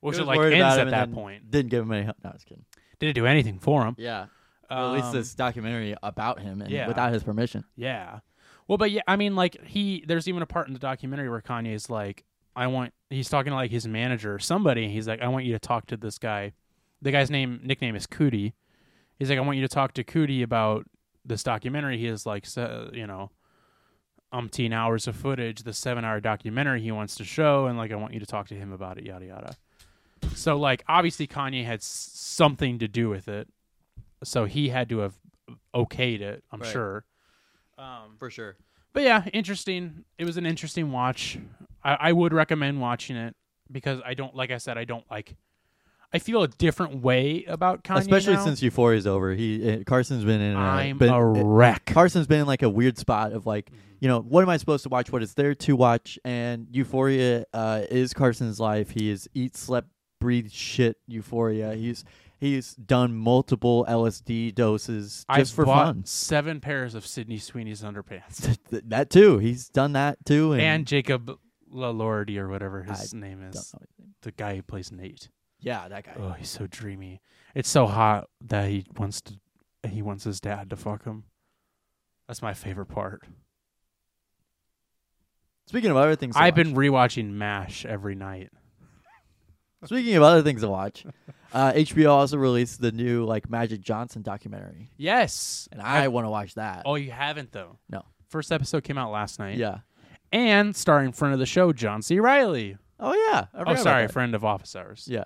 A: which it
B: He was
A: like
B: worried about
A: ends
B: him
A: at
B: and
A: that
B: then
A: point
B: Didn't give him any help. No, I was kidding.
A: didn't do anything for him
B: Yeah. Or at least
A: Um,
B: this documentary about him and
A: yeah.
B: without his permission.
A: Yeah. Well, but yeah, I mean, like he, there's even a part in the documentary where Kanye's like, I want, he's talking to like his manager or somebody. and He's like, I want you to talk to this guy. The guy's name, nickname is Cootie. He's like, I want you to talk to Cootie about this documentary. He has like, se- you know, umpteen hours of footage, the seven hour documentary he wants to show. And like, I want you to talk to him about it, yada, yada. So like, obviously Kanye had s- something to do with it. So he had to have okayed it, I'm
B: Right.
A: sure.
B: For sure.
A: But yeah, interesting. It was an interesting watch. I, I would recommend watching it because I don't, like I said, I don't like. I feel a different way about Kanye
B: Especially
A: now.
B: since Euphoria's over. He uh, Carson's been in.
A: I'm
B: been,
A: a wreck.
B: Carson's been in like a weird spot of like,
A: Mm-hmm.
B: you know, what am I supposed to watch? What is there to watch? And Euphoria uh, is Carson's life. He is eat, slept, breathe shit. Euphoria. He's he's done multiple LSD doses just
A: I've
B: for
A: bought
B: fun.
A: seven pairs of Sydney Sweeney's underpants
B: Th- that too. He's done that too. And,
A: and Jacob Lalordi or whatever his
B: I
A: name
B: don't
A: is,
B: know his name.
A: the guy who plays Nate.
B: yeah, that guy.
A: Oh, he's so dreamy. It's so hot that he wants to he wants his dad to fuck him. That's my favorite part.
B: Speaking of other things, to
A: I've
B: watch-
A: been rewatching MASH every night.
B: Speaking of other things to watch, uh, HBO also released the new like Magic Johnson documentary,
A: Yes.
B: and I want to watch that.
A: Oh, you haven't though.
B: No.
A: First episode came out last night.
B: Yeah.
A: And starring friend of the show, John C. Riley.
B: Oh yeah. I forgot
A: Oh,
B: about
A: sorry,
B: that.
A: friend of office hours.
B: Yeah.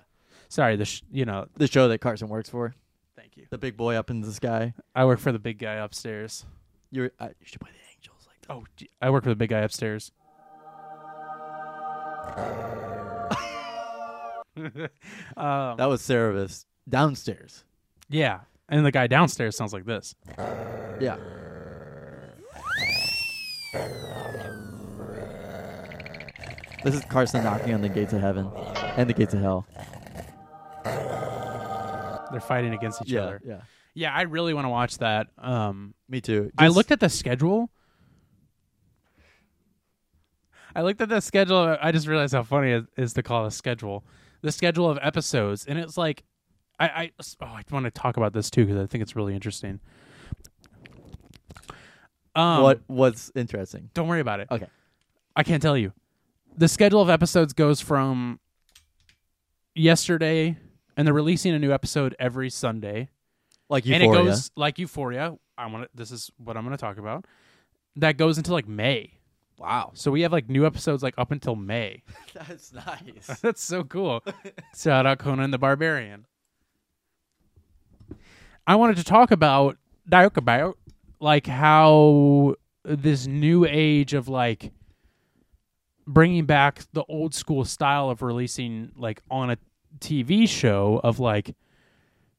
A: Sorry, the sh- you know.
B: The show that Carson works for,
A: Thank you.
B: the big boy up in the sky.
A: I work for the big guy upstairs.
B: You're, uh, you should play the Angels like that.
A: Oh, gee, I work for the big guy upstairs. um,
B: That was Cerebus downstairs.
A: yeah, and the guy downstairs sounds like this.
B: Yeah. This is Carson knocking on the gates of heaven and the gates of hell.
A: They're fighting against each
B: yeah,
A: other.
B: yeah.
A: Yeah, I really want to watch that. Um,
B: Me too.
A: I
B: Just-
A: looked at the schedule. I looked at the schedule. I just realized how funny it is to call a schedule. The schedule of episodes, and it's like, I, I oh, I want to talk about this too because I think it's really interesting. Um,
B: what what's interesting.
A: Don't worry about it.
B: Okay.
A: I can't tell you. The schedule of episodes goes from yesterday, and they're releasing a new episode every Sunday
B: Like euphoria.
A: and it goes like Euphoria. I want to. This is what I'm going to talk about. That goes into like May,
B: wow.
A: so we have like new episodes like up until May.
B: That's nice.
A: That's so cool. Shout out Conan the Barbarian. I wanted to talk about talk about like how this new age of like bringing back the old school style of releasing like on a TV show of like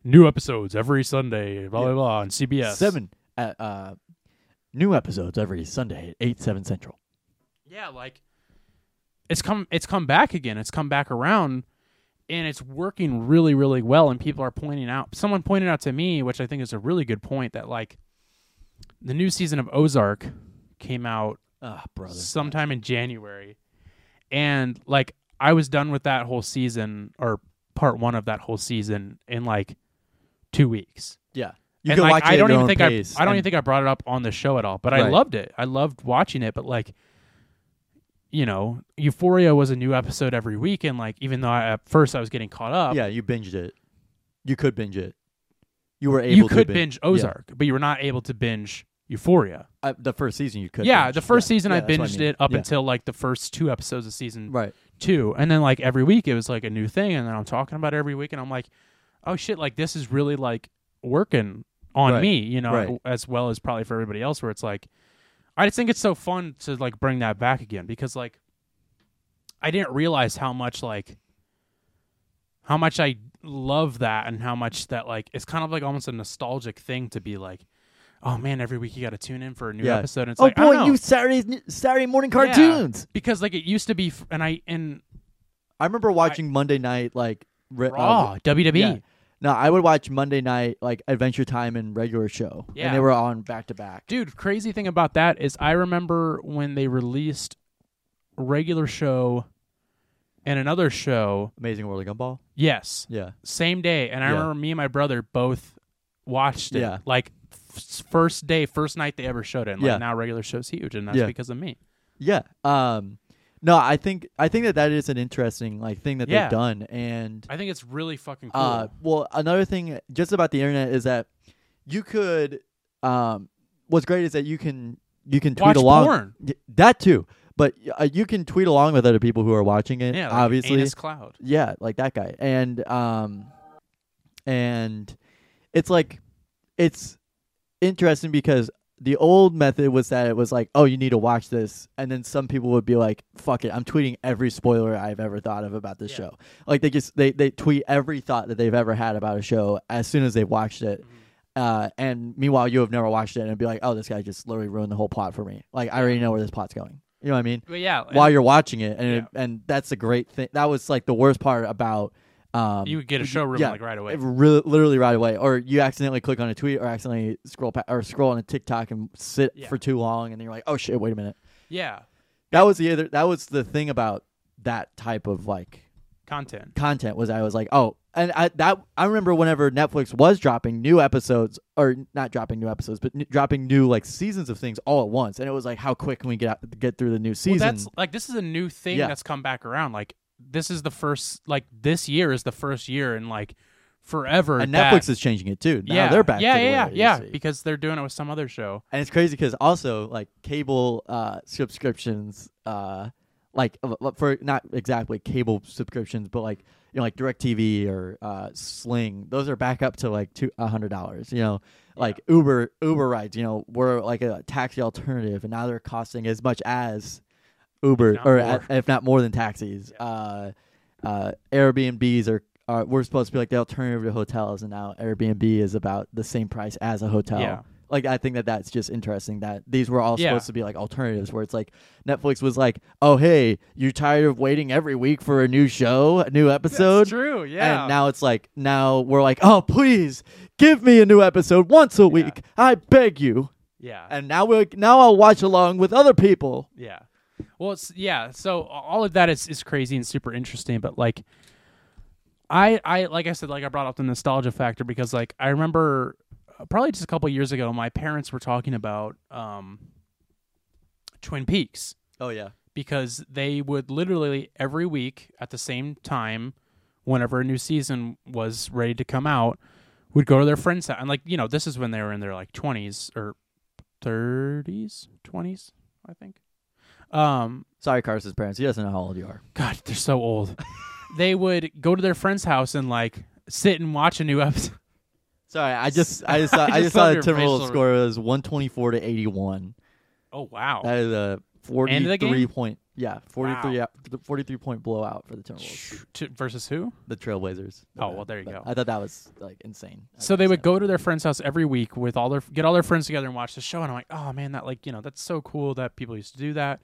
A: new episodes every Sunday, blah blah blah, on CBS.
B: Seven uh, uh, new episodes every Sunday at eight seven central.
A: Yeah, like it's come it's come back again. It's come back around and it's working really really well and people are pointing out someone pointed out to me, which I think is a really good point that like the new season of Ozark came out
B: Ah, brother.
A: sometime in January. And like I was done with that whole season or part 1 of that whole season in like 2 weeks.
B: Yeah. You
A: And,
B: can
A: like,
B: watch it
A: I don't
B: at your
A: even
B: own
A: think
B: pace
A: I I don't even
B: and-
A: think I brought it up on the show at all, but I
B: Right.
A: loved it. I loved watching it, but like you know, Euphoria was a new episode every week and like even though I, at first I was getting caught up,
B: Yeah, you binged it. You could binge it. You were able
A: you
B: to
A: could binge,
B: binge, Yeah.
A: Ozark, but you were not able to binge Euphoria.
B: Uh, the first season you could.
A: yeah,
B: binge.
A: the first season
B: Yeah,
A: I
B: that's what
A: binged
B: mean.
A: it up
B: Yeah.
A: until like the first two episodes of season
B: right.
A: two. And then like every week it was like a new thing and then I'm talking about it every week and I'm like, oh shit, like this is really like working on
B: Right.
A: me, you know,
B: Right.
A: as well as probably for everybody else where it's like I just think it's so fun to like bring that back again because like I didn't realize how much like how much I love that and how much that like it's kind of like almost a nostalgic thing to be like, oh man, every week you got to tune in for a new
B: Yeah.
A: episode. And it's
B: oh
A: like, I
B: boy,
A: don't know.
B: you Saturday Saturday morning
A: Yeah.
B: cartoons.
A: because like it used to be, f- and I and
B: I remember watching Monday night like re- uh,
A: Raw WWE.
B: yeah. No, I would watch Monday night like Adventure Time and regular show,
A: Yeah.
B: and they were on back to back.
A: Dude, crazy thing about that is I remember when they released regular show and another show.
B: Amazing World of Gumball.
A: Yes,
B: Yeah,
A: same day. And I
B: Yeah.
A: remember me and my brother both watched it.
B: Yeah.
A: Like f- first day, first night they ever showed it. And
B: Yeah.
A: like now regular show's huge and that's
B: Yeah.
A: because of me.
B: yeah. Um, no, I think I think that that is an interesting like thing that
A: Yeah.
B: they've done, and
A: I think it's really fucking cool.
B: Uh, well, another thing just about the internet is that you could. Um, what's great is that you can you can tweet
A: Watch
B: along
A: porn.
B: Y- that too, but uh, you can tweet along with other people who are watching it.
A: yeah, like
B: obviously,
A: Anus Cloud.
B: yeah, like that guy, and um, and it's like it's interesting because the old method was that it was like, oh, you need to watch this, and then some people would be like, fuck it, I'm tweeting every spoiler I've ever thought of about this show. Like they just they they tweet every thought that they've ever had about a show as soon as they've watched it. Uh, and meanwhile, you have never watched it, and be like, "Oh, this guy just literally ruined the whole plot for me." Like, I already know where this plot's going. You know what I mean?
A: But yeah, and
B: while you're watching it, and it-
A: Yeah.
B: and that's a great thing. That was like the worst part about um,
A: you would get a showroom
B: yeah,
A: like right away.
B: re- literally right away, or you accidentally click on a tweet, or accidentally scroll pa- or scroll on a TikTok and sit
A: Yeah.
B: for too long, and then you're like, oh shit, wait a minute.
A: Yeah.
B: That was the other. That was the thing about that type of like
A: Content.
B: content was I was like, oh, and I that I remember whenever Netflix was dropping new episodes or not dropping new episodes, but n- dropping new like seasons of things all at once, and it was like, how quick can we get out, get through the new
A: Well,
B: season?
A: that's like this is a new thing
B: Yeah.
A: that's come back around. Like this is the first like this year is the first year in like forever.
B: and
A: that-
B: Netflix is changing it too. Now
A: yeah,
B: they're back.
A: Yeah,
B: to the way
A: yeah,
B: it
A: yeah, yeah.
B: used to be.
A: Because they're doing it with some other show.
B: and it's crazy because also like cable uh, subscriptions, uh, like uh, uh, for not exactly cable subscriptions, but like you know like Directv or uh, Sling, those are back up to like two a hundred dollars. You know, like Uber Uber rides. You know, were like a taxi alternative, and now they're costing as much as Uber
A: not
B: or
A: more.
B: a- if not more than taxis. Uh, uh, Airbnbs are. Are, we're supposed to be like the alternative to hotels, and now Airbnb is about the same price as a hotel
A: Yeah.
B: like I think that that's just interesting that these were all
A: Yeah.
B: supposed to be like alternatives where it's like Netflix was like, "Oh hey, you're tired of waiting every week for a new show, a new episode?"
A: true.
B: And now it's like now we're like, "Oh, please, give me a new episode once a week. I beg you."
A: yeah.
B: And now we now I'll watch along with other people.
A: Yeah. Well, it's, yeah. So a- all of that is, is crazy and super interesting, but like, I I like I said, like I brought up the nostalgia factor because like I remember uh, probably just a couple years ago, my parents were talking about um, Twin Peaks
B: Oh yeah.
A: because they would literally every week at the same time, whenever a new season was ready to come out, would go to their friends' house. And like, you know, this is when they were in their like twenties or thirties, twenties, I think. Um,
B: Sorry, Carson's parents. He doesn't know how old you are.
A: God, they're so old. they would go to their friend's house and like sit and watch a new episode.
B: Sorry, I just I just saw, I just,
A: I just
B: saw
A: love
B: the
A: your
B: terminal
A: facial-
B: score was 124 to 81.
A: Oh wow.
B: That is a
A: End of the game?
B: 43 point. Yeah, 43 out- 43 point blowout for the Timberwolves.
A: To- versus who?
B: The Trailblazers.
A: Oh,
B: Okay,
A: well, there you
B: but
A: go.
B: I thought that was like insane. I
A: So
B: can't
A: they would
B: stand
A: go to their friend's house every week with all their get all their friends together and watch the show. And I'm like, oh man, that like you know that's so cool that people used to do that.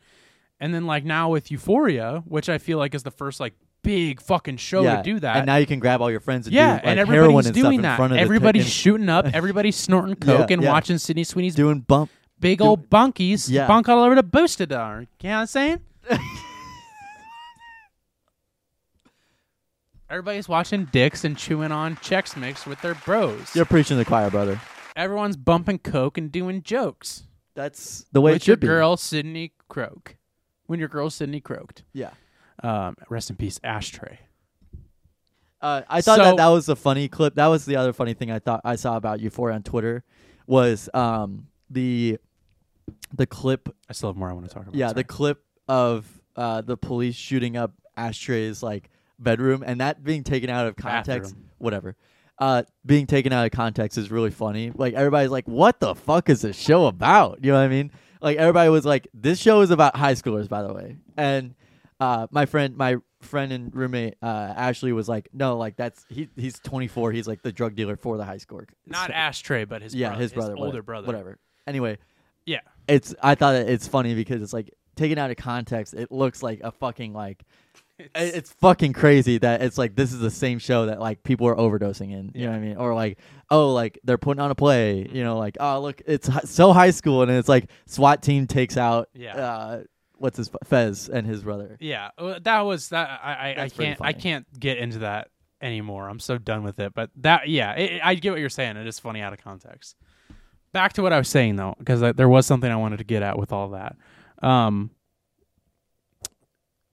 A: And then like now with Euphoria, which I feel like is the first like big fucking show
B: yeah,
A: to do that.
B: And now you can grab all your friends and
A: yeah,
B: do,
A: and
B: like, heroin
A: everybody's
B: and stuff
A: doing
B: in
A: that.
B: front of the pit-
A: Everybody's
B: and
A: shooting up. Everybody's snorting coke and
B: yeah.
A: watching Sydney Sweeney's
B: doing bump.
A: big
B: do-
A: old bonkies.
B: Yeah.
A: Bonk all over the boosted are. You know what I'm saying? Everybody's watching dicks and chewing on Chex Mix with their bros
B: You're preaching to the choir, brother.
A: everyone's bumping coke and doing jokes
B: That's the way it
A: with your
B: should be.
A: girl Sydney Croak. When your girl Sydney croaked,
B: Yeah.
A: um, rest in peace, ashtray.
B: Uh, I thought
A: So-
B: that that was a funny clip. That was the other funny thing I thought I saw about Euphoria on Twitter was um, the the clip
A: I still have more I want to talk about.
B: Yeah,
A: sorry.
B: the clip of uh, the police shooting up Ashtray's like bedroom and that being taken out of context,
A: Bathroom.
B: whatever. Uh, being taken out of context is really funny. Like everybody's like, "What the fuck is this show about?" You know what I mean? Like everybody was like, "This show is about high schoolers," by the way. And uh, my friend, my friend and roommate uh, Ashley was like, "No, like that's he, he's 24. He's like the drug dealer for the high schooler."
A: not ashtray, but his
B: yeah,
A: brother,
B: his brother,
A: older
B: whatever,
A: brother,
B: whatever. Anyway,
A: Yeah,
B: it's I thought it- it's funny because it's like taken out of context, it looks like a fucking like it- it's, fucking crazy that it's like this is the same show that like people are overdosing in. You know what I mean? Or like oh like they're putting on a play. You know like oh look it's hi- so high school and it's like SWAT team takes out
A: Yeah.
B: uh, what's his Fez and his brother.
A: yeah. Well, That was that. I I, I
B: That's pretty
A: can't I
B: funny.
A: can't get into that anymore. I'm so done with it. But that yeah, it, I get what you're saying. It is funny out of context. Back to what I was saying though, because there was something I wanted to get at with all that. Um,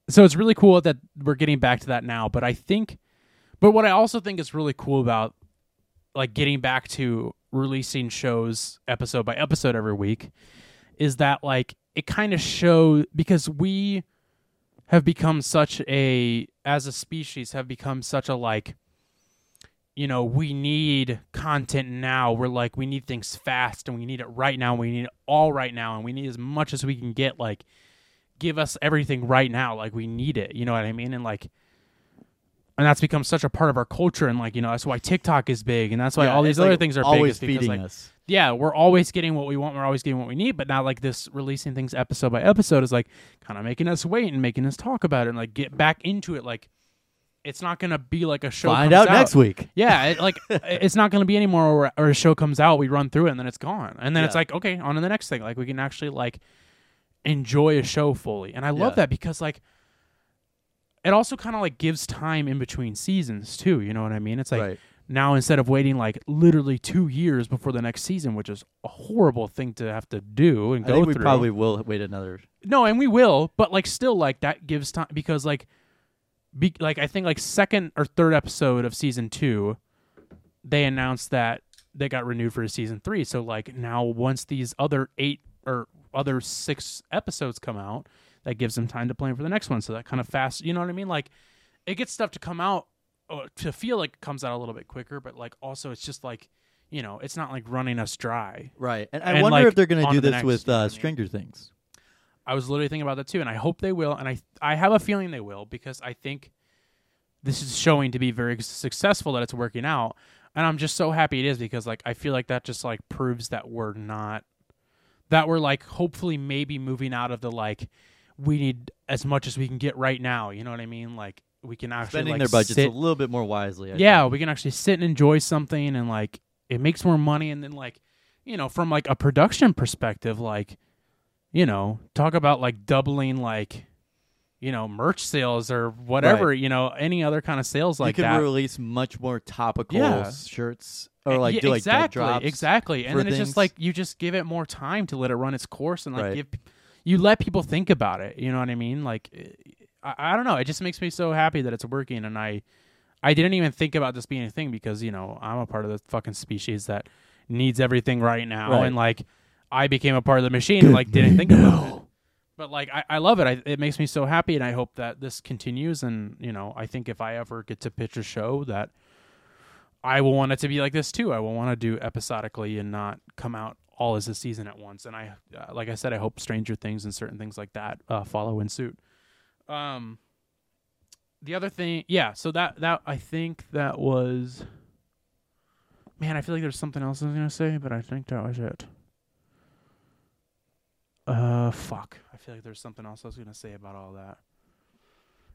A: so it's really cool that we're getting back to that now but i think but what i also think is really cool about like getting back to releasing shows episode by episode every week is that like it kind of shows because we have become such a as a species have become such a like you know we need content now we're like we need things fast and we need it right now and we need it all right now and we need as much as we can get like give us everything right now like we need it you know what i mean and like and that's become such a part of our culture and like you know that's why tiktok is big and that's why
B: Yeah,
A: all
B: it's,
A: these other
B: like,
A: things are big
B: always
A: is because,
B: feeding
A: like,
B: us.
A: yeah, we're always getting what we want. We're always getting what we need. But now, like this releasing things episode by episode is like kind of making us wait and making us talk about it and like get back into it. Like it's not gonna be like a show.
B: Find
A: comes
B: out next week.
A: Yeah, it, like it's not gonna be anymore. Where, or a show comes out, we run through it, and then it's gone. And then it's
B: Yeah.
A: like okay, on to the next thing. Like we can actually like enjoy a show fully. And I love
B: Yeah.
A: that because like it also kind of like gives time in between seasons too. You know what I mean? It's like
B: Right.
A: now instead of waiting like literally two years before the next season, which is a horrible thing to have to do and
B: I
A: go
B: think we
A: through.
B: probably will wait another.
A: no, and we will, but like still like that gives time because like, be, like I think like second or third episode of season two, they announced that they got renewed for season three. So like now once these other eight or other six episodes come out, that gives them time to plan for the next one. So that kind of fast, you know what I mean? Like it gets stuff to come out uh, to feel like it comes out a little bit quicker, but like also it's just like you know it's not like running us dry.
B: Right. And I
A: And,
B: wonder
A: like,
B: if they're going to
A: onto
B: do
A: the
B: this
A: next,
B: with
A: you know what I
B: uh,
A: mean?
B: Stranger Things.
A: I was literally thinking about that too, and I hope they will, and I I have a feeling they will because I think this is showing to be very successful that it's working out, and I'm just so happy it is because like I feel like that just like proves that we're not that we're like hopefully maybe moving out of the like we need as much as we can get right now, you know what I mean? Like we can actually
B: Spending
A: like,
B: their budgets
A: sit-
B: a little bit more wisely. I
A: yeah,
B: think.
A: we can actually sit and enjoy something, and like it makes more money, and then like you know, from like a production perspective, like you know, talk about like doubling like you know merch sales or whatever, you know, any other kind of sales like
B: you can
A: that.
B: release much more topical
A: Yeah. E,
B: shirts or like
A: Yeah,
B: do like dead
A: exactly,
B: drops.
A: exactly, and
B: for
A: then it's just
B: things.
A: like you just give it more time to let it run its course and like
B: Right.
A: give you let people think about it. You know what I mean? Like eh, I, I don't know. It just makes me so happy that it's working, and I I didn't even think about this being a thing because you know I'm a part of the fucking species that needs everything right now,
B: Right.
A: and like I became a part of the machine and like didn't think about it. But like I, I love it. I, it makes me so happy, and I hope that this continues. And you know, I think if I ever get to pitch a show that I will want it to be like this too. I will want to do episodically and not come out all as a season at once. And I, uh, like I said, I hope Stranger Things and certain things like that uh, follow in suit. Um, the other thing, yeah. So that that I think that was. Man, I feel like there's something else I was gonna say, but I think that was it. Uh, fuck. I feel like there's something else I was gonna say about all that.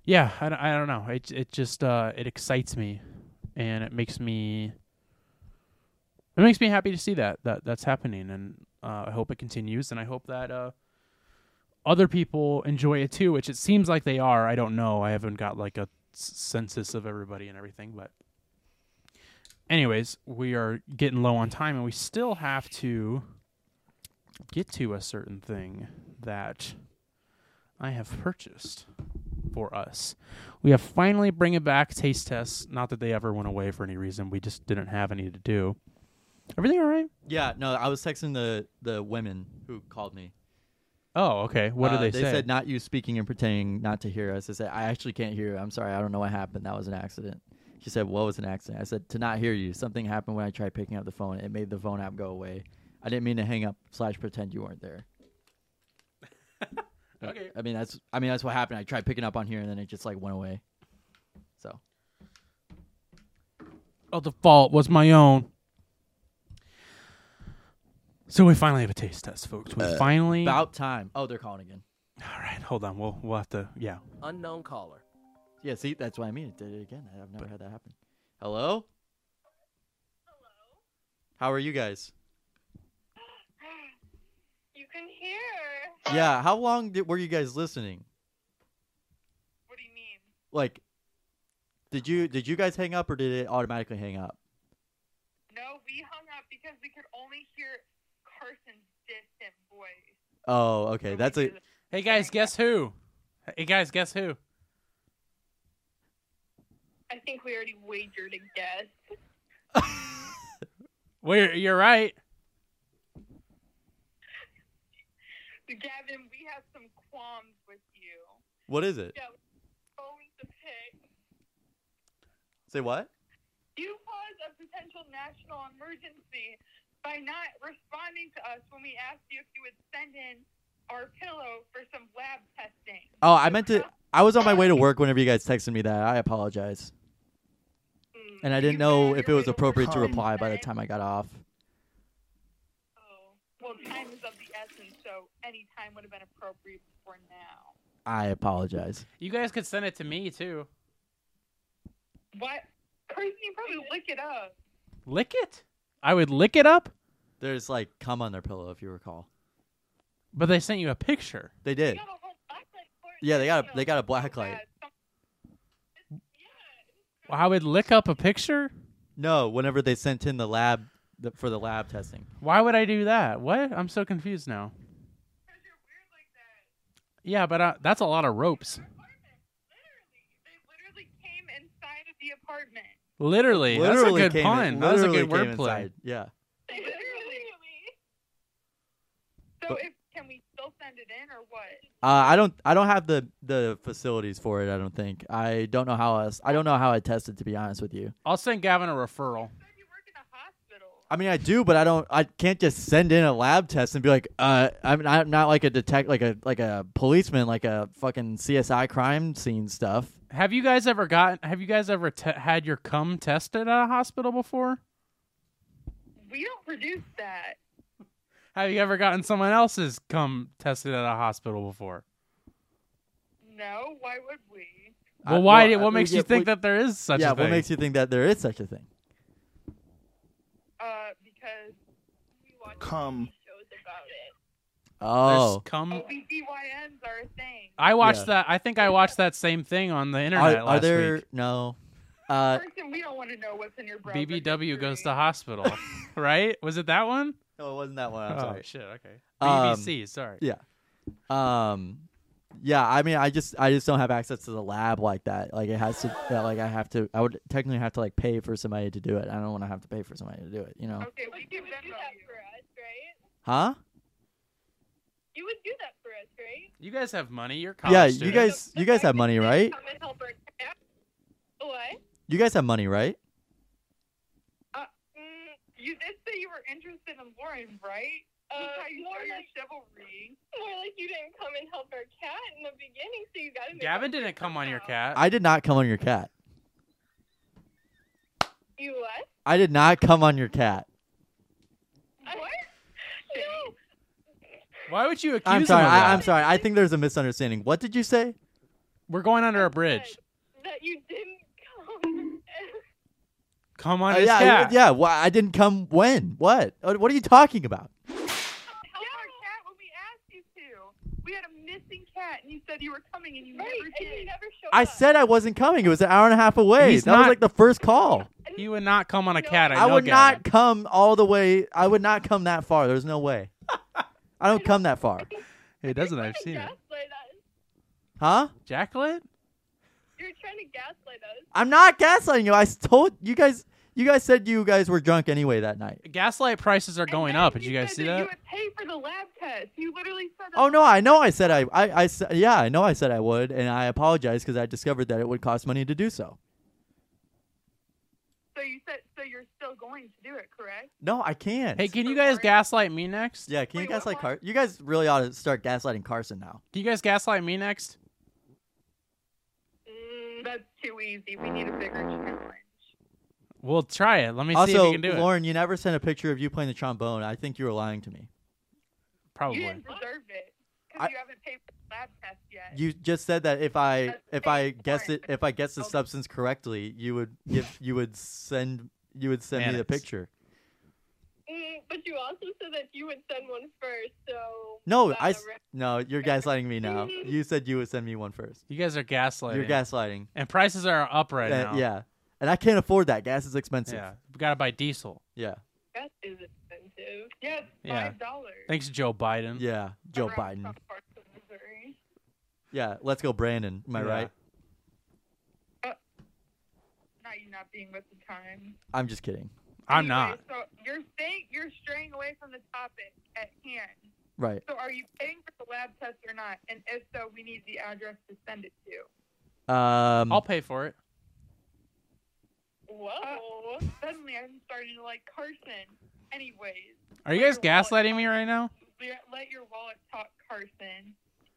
A: Yeah, I, don't- I don't know. It it just uh it excites me, and it makes me. It makes me happy to see that that that's happening, and uh, I hope it continues, and I hope that uh other people enjoy it too, which it seems like they are. I don't know. I haven't got like a s- census of everybody and everything, but anyways, we are getting low on time, and we still have to get to a certain thing that I have purchased for us. We have finally bring it back taste tests. Not that they ever went away for any reason. We just didn't have any to do. Everything all right?
B: yeah. No, I was texting the the women who called me.
A: Oh, okay. What
B: Uh,
A: did
B: They
A: they say?
B: said not you speaking and pretending not to hear us. I said I actually can't hear. you. I'm sorry. I don't know what happened. That was an accident. She said, "What was an accident?" I said, "To not hear you. Something happened when I tried picking up the phone. It made the phone app go away. I didn't mean to hang up slash pretend you weren't there."
A: okay.
B: I mean that's I mean that's what happened. I tried picking up on here and then it just like went away. So
A: Oh, the fault was my own. So we finally have a taste test, folks. We finally.
B: Uh, about time. Oh, they're calling again.
A: all right, hold on. We'll we'll have to. Yeah.
H: Unknown caller.
B: Yeah, see, that's what I mean. It did it again. I've never had that happen. Hello? Hello? How are you guys?
I: You can hear.
B: Yeah, how long did, were you guys listening?
I: What do you mean?
B: Like did you did you guys hang up or did it automatically hang up?
I: No, we hung up because we could only hear Carson's distant voice.
B: Oh, okay. That's a
A: Hey guys, guess who? Hey guys, guess who?
I: I think we already wagered a guess.
A: We're, you're right.
I: Gavin, we have some qualms with you.
B: what is it?
I: Yeah, phones a pick.
B: Say what?
I: You caused a potential national emergency by not responding to us when we asked you if you would send in our pillow for some lab testing.
B: Oh, I meant to I was on my way to work whenever you guys texted me that. I apologize.
I: Mm,
B: And I
I: you
B: didn't
I: were on
B: know
I: your
B: if it was
I: way to work
B: appropriate to
I: on
B: reply by the
I: Sunday.
B: time I got off.
I: Oh, well, time is of the essence, so any time would have been appropriate for now.
B: I apologize.
A: You guys could send it to me too.
I: What? Kirsten, you probably lick it up.
A: Lick it. I would lick it up,
B: There's like cum on their pillow if you recall.
A: but they sent you a picture.
B: They
I: They
B: did.
I: got a whole blacklight for it.
B: Yeah, they got a- they got a blacklight.
I: Some
A: I would lick up a picture.
B: No, whenever they sent in the lab the, for the lab testing.
A: Why would I do that? What? I'm so confused now.
I: Because you're weird like that.
A: Yeah, but uh, that's a lot of ropes.
I: Apartment. Literally. They literally came
A: Literally,
B: literally
I: inside of the apartment.
A: that's a good
B: came
A: pun.
B: In,
A: that was a
B: literally
A: good
B: came
A: wordplay.
B: inside. Yeah.
I: They literally. So
B: But-
I: if can we still send it in or what?
B: Uh, I don't. I don't have the the facilities for it. I don't think. I don't know how else. I don't know how I tested. To be honest with you.
A: I'll send Gavin a referral.
I: You said you work in a hospital.
B: I mean, I do, but I don't. I can't just send in a lab test and be like, uh, I'm not, I'm not like a detect, like a like a policeman, like a fucking CSI crime scene stuff.
A: Have you guys ever gotten? Have you guys ever te- had your cum tested at a hospital before?
I: We don't produce that.
A: Have you ever gotten someone else's cum tested at a hospital before?
I: No, why would we?
B: I-
A: Well, why?
B: Uh, well,
A: did- what
B: I-
A: makes
B: yeah,
A: you think
B: well-
A: that there is such
B: yeah,
A: a thing?
B: what makes you think that there is such a thing?
I: Uh, because we watch
D: Come.
I: shows about it.
A: There's
B: Oh,
A: cum?
I: OBGYNs are a thing.
A: I watched
B: Yeah.
A: that. I think I watched that same thing on the
B: are,
A: internet
B: are
A: last
B: there
A: week.
B: no? Uh,
I: Person, we don't want to know what's in your browser.
A: BBW goes to
I: history.
A: hospital, right? Was it that one?
B: no, it wasn't that one. Uh, I'm
A: oh
B: sorry.
A: shit! Okay.
B: Um,
A: BBC. sorry.
B: Yeah. Um yeah, I mean I just I just don't have access to the lab like that. Like it has to that like I have to I would technically have to like pay for somebody to do it. I don't want to have to pay for somebody to do it, you know.
I: Okay, we can do that for us, right?
B: Huh?
I: You would do that for us, right?
A: You guys have money. You're college
B: Yeah, you
A: students.
B: guys you guys have money, right?
I: Come and help her. What?
B: You guys have money, right?
I: Mm, you did say you were interested in Lauren, right? Uh, more like chivalry. More like you didn't come and help our cat in the beginning, so you got to.
A: Gavin didn't come on your cat.
B: I did not come on your cat.
I: You what?
B: I did not come on your cat.
I: What? No.
A: Why would you accuse
B: I'm
A: him
B: sorry.
A: of that?
B: I, I'm sorry. I think there's a misunderstanding. What did you say?
A: We're going under a bridge.
I: That you didn't come.
A: Come on
B: Uh,
A: his
B: yeah,
A: cat.
B: yeah. Why I didn't come when? What? Uh, What are you talking about?
I: help our cat when we asked you to. We had a missing cat, and you said you were coming, and you never did. you never showed
B: I said I wasn't coming. It was an hour and a half away.
A: He's
B: that was
A: not-
B: like the first call.
A: He would not come on a cat. I,
B: I
A: know
B: would
A: Gavin.
B: not come all the way. I would not come that far. There's no way. I don't come that far.
A: It doesn't. I've seen it.
I: gaslight us.
B: Huh?
A: Jacklet?
I: You're trying to gaslight us.
B: I'm not gaslighting you. I s- told you guys. You guys said you guys were drunk anyway that night.
A: Gaslight prices are going
I: then
A: up. Did
I: you
A: you guys
I: said
A: see
I: You
A: that?
I: would pay for the lab test. You literally said.
B: Oh no, I know I said I. I, I s- yeah, I know I said I would, and I apologize because I discovered that it would cost money to do so.
I: So you said. So you're still going to do it, correct?
B: No, I can't.
A: Hey, can you guys gaslight me next?
B: yeah, can you
I: Wait,
B: gaslight
I: what?
B: Car? You guys really ought to start gaslighting Carson now.
A: Can you guys gaslight me next?
I: Mm, that's too easy. We need a bigger challenge.
A: We'll try it. Let me see if
B: also,
A: you can do
B: Lauren, you never sent a picture of you playing the trombone. I think you were lying to me.
A: it. Probably.
I: You didn't deserve it
B: I-
I: because you haven't paid for the lab test yet.
B: You just said that if I
I: That's
B: if I
I: fake
B: guessed it
I: porn.
B: if I guessed the
I: Okay.
B: substance correctly, you would give you would send you would send me the
A: Mannix.
B: picture.
I: Mm, but you also said that you would send one first, so.
B: No, I s- no, you're gaslighting me now. You said you would send me one first.
A: You guys are gaslighting.
B: You're gaslighting.
A: and prices are up right
B: Uh,
A: now.
B: yeah. And I can't afford that. Gas is expensive.
A: Yeah. We gotta buy diesel.
B: Yeah.
I: That is expensive. Yeah, it's
A: Yeah.
I: five dollars.
A: Thanks, Joe Biden.
B: Yeah. Joe Biden. Yeah. Let's go Brandon. Am I
A: Yeah.
B: right?
I: Not you not being with the time.
B: I'm just kidding.
A: I'm
I: Anyway,
A: not.
I: So you're staying, you're straying away from the topic at hand.
B: Right.
I: So are you paying for the lab test or not? And if so, we need the address to send it to.
B: Um
A: I'll pay for it.
I: Whoa! Uh, suddenly, I'm starting to like Carson. Anyways,
A: Are you guys
I: Your wallet.
A: gaslighting me right now?
I: le- let your wallet talk, Carson.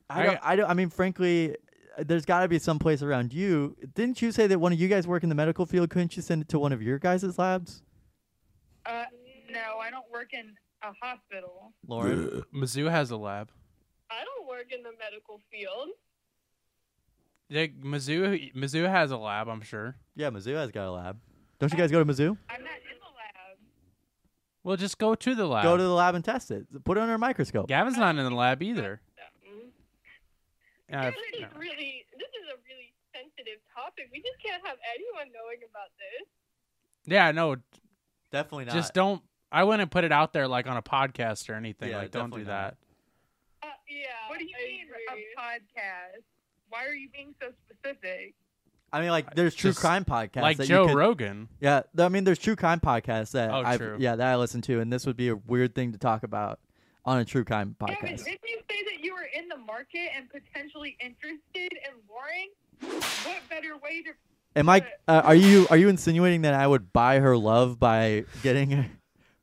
B: I don't I don't I mean frankly there's got to be some place around you. Didn't you say that one of you guys work in the medical field? Couldn't you send it to one of your guys' labs,
I: Uh, no, I don't work in a hospital.
B: Lauren?
A: Mizzou has a lab.
I: I don't work in the medical field.
A: They, Mizzou, Mizzou has a lab, I'm sure.
B: Yeah, Mizzou has got a lab. Don't you guys go to Mizzou?
I: I'm not in the lab.
A: Well, just go to the lab.
B: Go to the lab and test it. Put it under a microscope.
A: Gavin's not in the lab either.
I: No.
A: Uh,
I: This is really, this is a really sensitive topic. We just can't have anyone knowing about this.
A: Yeah, no,
B: Definitely not.
A: just don't. I wouldn't put it out there like on a podcast or anything.
B: Yeah,
A: like, don't do
B: definitely not.
A: that.
I: Uh, yeah.
H: What do you mean a podcast? Why are you being so specific?
B: I mean, like there's true
A: uh, Just
B: crime podcasts.
A: like
B: that you
A: Joe
B: could-
A: Rogan.
B: Yeah, th- I mean, there's true crime podcasts that
A: Oh,
B: I
A: true.
B: yeah that I listen to, and this would be a weird thing to talk about on a true crime
I: Kevin,
B: podcast.
I: didn't you say that you were in the market and potentially interested in Lauren? What better way to
B: Am I? Uh, are you are you insinuating that I would buy her love by getting her,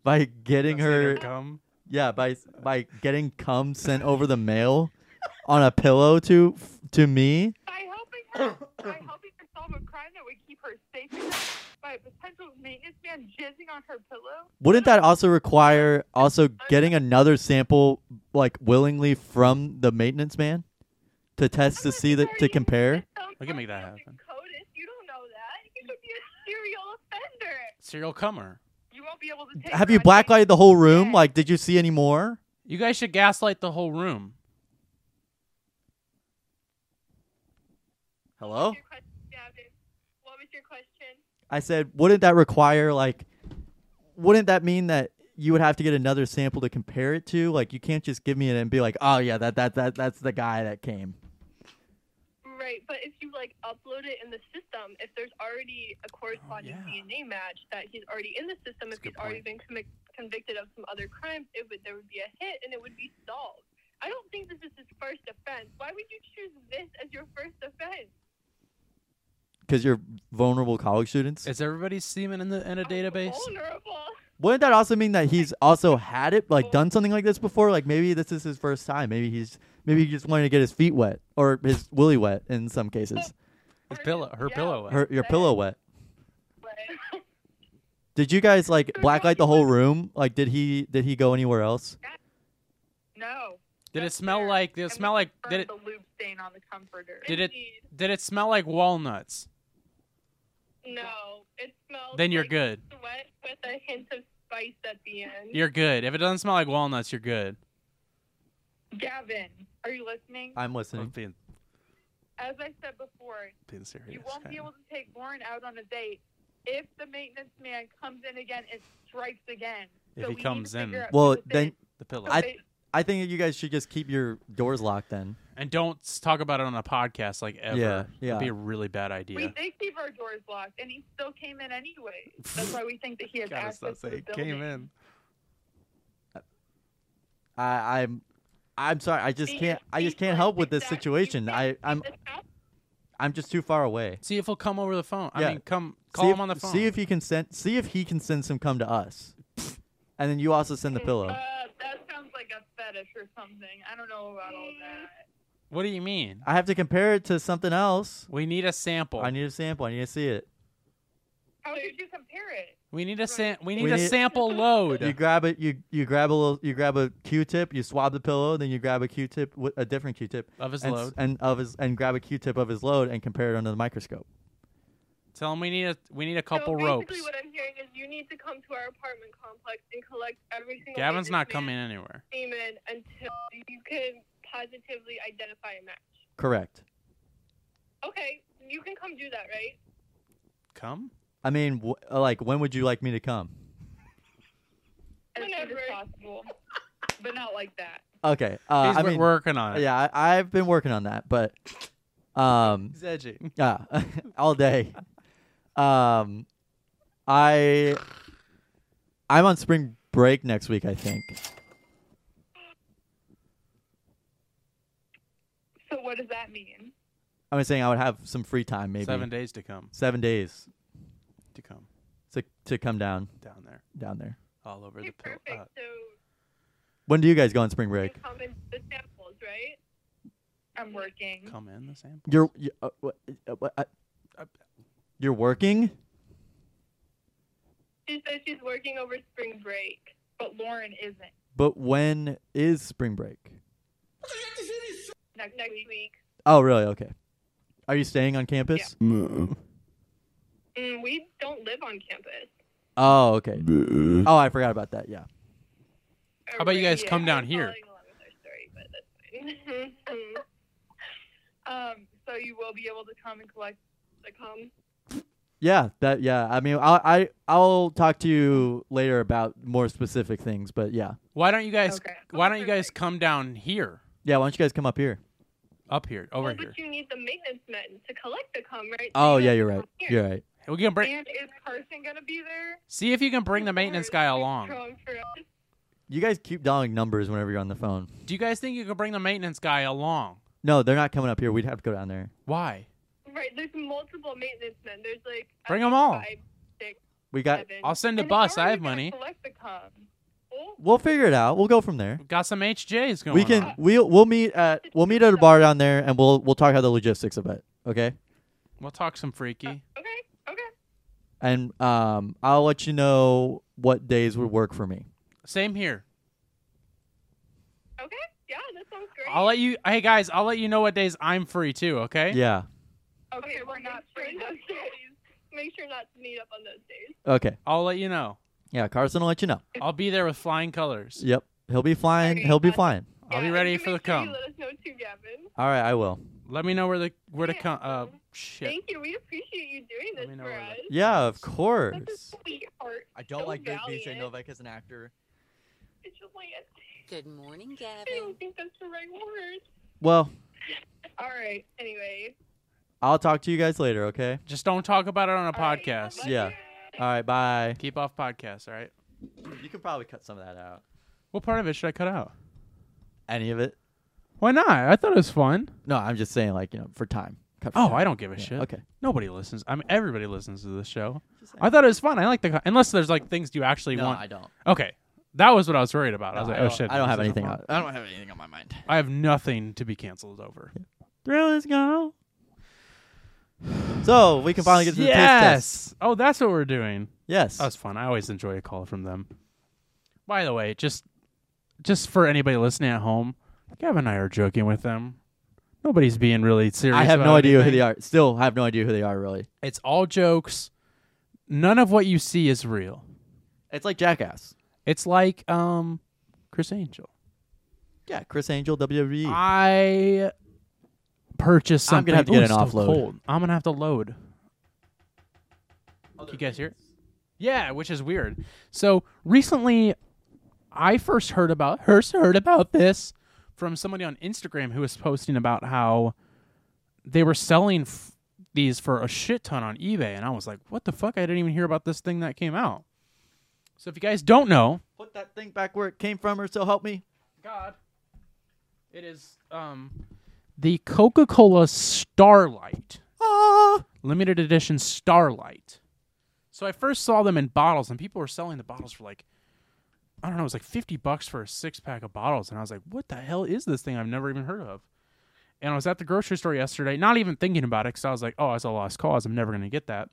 B: by getting her
A: Gum.
B: yeah by by getting cum sent over the mail on a pillow to to me?
I: by helping her by helping her solve a crime that would keep her safe at night by a potential maintenance man jizzing on her pillow?
B: Wouldn't that also require also getting another sample like willingly from the maintenance man to test to see that to compare?
A: We can make that happen.
I: CODIS, you don't know that. You could be a serial offender.
A: Serial cummer.
I: You won't be able to take.
B: Have
I: her
B: you
I: on dates.
B: blacklighted the whole room?
I: Yeah.
B: Like, did you see any more?
A: You guys should gaslight the whole room.
B: Hello.
I: Your question, Gavin. What was your question?
B: I said, wouldn't that require like, wouldn't that mean that you would have to get another sample to compare it to? Like, you can't just give me it and be like, oh yeah, that that that that's the guy that came.
I: Right, but if you like upload it in the system, if there's already a corresponding DNA match that he's already in the system, if he's already been commi- convicted of some other crimes, it would there would be a hit and it would be solved. I don't think this is his first offense. Why would you choose this as your first offense?
B: Because you're vulnerable college students.
A: Is everybody's semen in the in a database?
I: Vulnerable.
B: Wouldn't that also mean that he's also had it, like done something like this before? Like maybe this is his first time. Maybe he's maybe he just wanted to get his feet wet or his willy wet in some cases.
A: His pillow, her
I: Yeah.
A: pillow.
B: Her your pillow wet.
I: But
B: Did you guys like blacklight the whole room? Like did he did he go anywhere else?
I: no.
A: Did it
I: That's
A: smell
I: fair.
A: like? Did
I: And
A: it
I: we
A: smell like?
I: confirmed
A: Did it?
I: The lube stain on the comforter.
A: Did it-
I: Indeed.
A: Did it smell like walnuts?
I: No. It smells.
A: Then you're
I: like
A: good.
I: Sweat with a hint of spice at the end.
A: You're good. If it doesn't smell like walnuts, you're good.
I: Gavin, are you listening?
B: I'm
A: I'm
B: listening.
A: being,
I: As I said before,
A: being serious.
I: you won't be
A: kinda.
I: able to take Lauren out on a date if the maintenance man comes in again and strikes again.
A: If he
I: So we need to
A: comes in.
I: figure out
B: Well,
I: who this
B: then
I: is.
A: the pillow.
I: So
B: I-
I: they-
B: I think that you guys should just keep your doors locked then.
A: and don't s- talk about it on a podcast like ever.
B: Yeah, yeah.
A: That'd be a really bad
I: we
A: idea.
I: did keep our doors locked, and he still came in anyway. That's why we think that he has
A: Gotta
I: access
A: stop
I: to the
A: saying came
I: building.
A: in.
B: I, I'm I'm sorry. I just
I: See,
B: can't. I
I: see,
B: just can't
I: like,
B: help with
I: like
B: this
I: that, you
B: situation.
I: can't
B: I
I: keep
B: I'm
I: this up.
B: I'm just too far away.
A: See if he'll come over the phone. I
B: Yeah.
A: mean, come call
B: see
A: him
B: if,
A: on the phone.
B: See if he can send. See if he can send some cum to us. And then you also send the pillow.
I: Uh, that sounds like a fetish or something. I don't know about all that.
A: what do you mean?
B: I have to compare it to something else.
A: We need a sample.
B: I need a sample. I need to see it.
I: How did you compare it?
A: we need a sam. We need
B: We
A: a
B: need-
A: sample load.
B: You grab it. You you grab a little. You grab a Q-tip. You swab the pillow. Then you grab a Q-tip with a different Q-tip
A: Of his
B: and, s-
A: load.
B: and of his and grab a Q-tip of his load and compare it under the microscope.
A: Tell him we need a we need a couple
I: so
A: ropes.
I: Basically, what I'm hearing is you need to come to our apartment complex and collect every single
A: Gavin's not
I: maintenance
A: coming
I: man's
A: anywhere.
I: semen until you can positively identify a match.
B: Correct.
I: Okay, you can come do that, right?
A: Come?
B: I mean, wh- uh, like, when would you like me to come?
I: As soon as
H: Whenever.
I: possible, but not like that.
B: Okay. Uh,
A: He's
B: I
A: wor-
B: mean,
A: working on it.
B: yeah, I, I've been working on that, but um,
A: He's edging.
B: yeah, all day. Um, I I'm on spring break next week. I think.
I: So what does that mean?
B: I was saying I would have some free time, maybe
A: Seven days to come.
B: seven days
A: To come
B: to to come down
A: down there,
B: down there.
A: all over
I: Okay,
A: the pillow.
I: perfect.
A: Uh,
I: so
B: When do you guys go on spring
I: you
B: break?
I: can come in the samples, right? I'm working.
A: come in the sample.
B: You're you, uh, what, uh, what, uh, you're working.
I: She says she's working over spring break, but Lauren isn't.
B: But when is spring break?
I: Next, next week.
B: Oh, really? Okay. Are you staying on campus?
I: Mm, we don't live on campus.
B: Oh, okay. Oh, I forgot about that. Yeah.
A: How about you guys
I: Yeah,
A: come down
I: I'm
A: here?
I: following along with our story, but that's fine. Um, so you will be able to come and collect the cum.
B: Yeah, that yeah. I mean, I'll I I'll talk to you later about more specific things, but yeah,
A: Why don't you guys?
I: Okay.
A: Why don't you guys come down here?
B: yeah. Why don't you guys come up here?
A: Up here, over
I: well,
A: here.
I: but you need the maintenance men to collect the cum, right? So
B: Oh
I: you
B: yeah,
I: have to
B: you're
I: come
B: right.
I: here.
B: You're right.
A: We can bring.
I: And is Carson gonna be there?
A: See if you can bring the maintenance guy along.
B: You guys keep dialing numbers whenever you're on the phone.
A: Do you guys think you can bring the maintenance guy along?
B: No, they're not coming up here. We'd have to go down there.
A: Why?
I: Right, there's multiple maintenance men. There's like I
A: Bring
I: think
A: 'em all.
I: five, six,
B: We got.
I: seven.
A: I'll send a
I: And
A: bus.
I: how are
A: I
I: you
A: have
I: gonna
A: money.
I: Collect the cum. Oh,
B: We'll figure it out. We'll go from there.
A: Got some HJs going.
B: We can.
A: on.
B: We'll we'll meet at we'll meet at a bar down there, and we'll we'll talk about the logistics of it. Okay.
A: We'll talk some freaky.
I: okay, okay.
B: And um, I'll let you know what days would work for me.
A: Same here.
I: Okay. Yeah, that sounds great.
A: I'll let you. Hey guys, I'll let you know what days I'm free too. Okay.
B: Yeah.
I: okay, we're not sure those days. Make sure not to meet up on those days.
B: Okay.
A: I'll let you know.
B: Yeah. Carson will let you know.
A: I'll be there with flying colors.
B: Yep. He'll be flying.
I: Okay,
B: He'll be
I: awesome.
B: flying.
A: I'll be
I: Yeah,
A: ready
I: and
A: for the
I: make sure
A: cum.
I: You let us know too, Gavin.
B: All right. I will.
A: Let me know where the where to
I: Yeah.
A: come. Uh, shit.
I: Thank you. We appreciate you doing
A: Let
I: this
A: me know
I: for
A: where
I: us.
A: the-
B: Yeah. Of
I: That's
B: course.
I: a sweetheart.
B: I
I: don't So like Vic Valiant. Vijay Novak
B: as an actor.
I: It's just like
C: Good morning,
I: I
C: Gavin.
I: don't think that's the right word.
B: Well,
I: All right. Anyway.
B: I'll talk to you guys later. Okay.
A: Just don't talk about it on a
I: All right,
A: podcast.
I: bye-bye.
B: Yeah. All right. Bye.
A: Keep off podcasts. All right.
B: You can probably cut some of that out.
A: What part of it should I cut out?
B: Any of it?
A: Why not? I thought it was fun.
B: No, I'm just saying, like you know, for time. Cut for
A: Oh,
B: time.
A: I don't give a
B: Yeah,
A: shit.
B: Okay.
A: Nobody listens. I mean, everybody listens to this show.
B: Just
A: I thought it was fun. I like the co- unless there's like things you actually
B: No,
A: want.
B: I don't.
A: Okay, that was what I was worried about. I was
B: No,
A: like,
B: I
A: oh
B: don't-
A: shit.
B: I don't
A: this
B: have
A: isn't
B: anything.
A: fun.
B: On, I don't have anything on my mind.
A: I have nothing to be canceled over.
B: Thrill is gone. So we can finally get to the taste test.
A: yes. Oh, that's what we're doing.
B: Yes.
A: That was fun. I always enjoy a call from them. By the way, just just for anybody listening at home, Gavin and I are joking with them. Nobody's being really serious.
B: I have
A: about
B: no idea who
A: anything.
B: they are. Still have no idea who they are. Really.
A: It's all jokes. None of what you see is real.
B: It's like Jackass.
A: It's like um Chris Angel.
B: Yeah, Chris Angel, E. WWE.
A: Ah. I purchased
B: I'm
A: something.
B: gonna have to
A: Ooh,
B: get
A: it's
B: an
A: still
B: offload.
A: cold. I'm gonna have to load. Can you guys hear? it? Yeah, which is weird. So recently, I first heard about first heard about this from somebody on Instagram who was posting about how they were selling f- these for a shit ton on eBay, and I was like, "What the fuck? I didn't even hear about this thing that came out." So if you guys don't know,
B: Put that thing back where it came from, or so help me.
A: God. It is um the Coca-Cola Starlight.
B: Ah.
A: Limited edition Starlight. So I first saw them in bottles and people were selling the bottles for like I don't know, it was like 50 bucks for a six pack of bottles and I was like, "What the hell is this thing I've never even heard of?" And I was at the grocery store yesterday, not even thinking about it cuz I was like, "Oh, it's a lost cause. I'm never going to get that."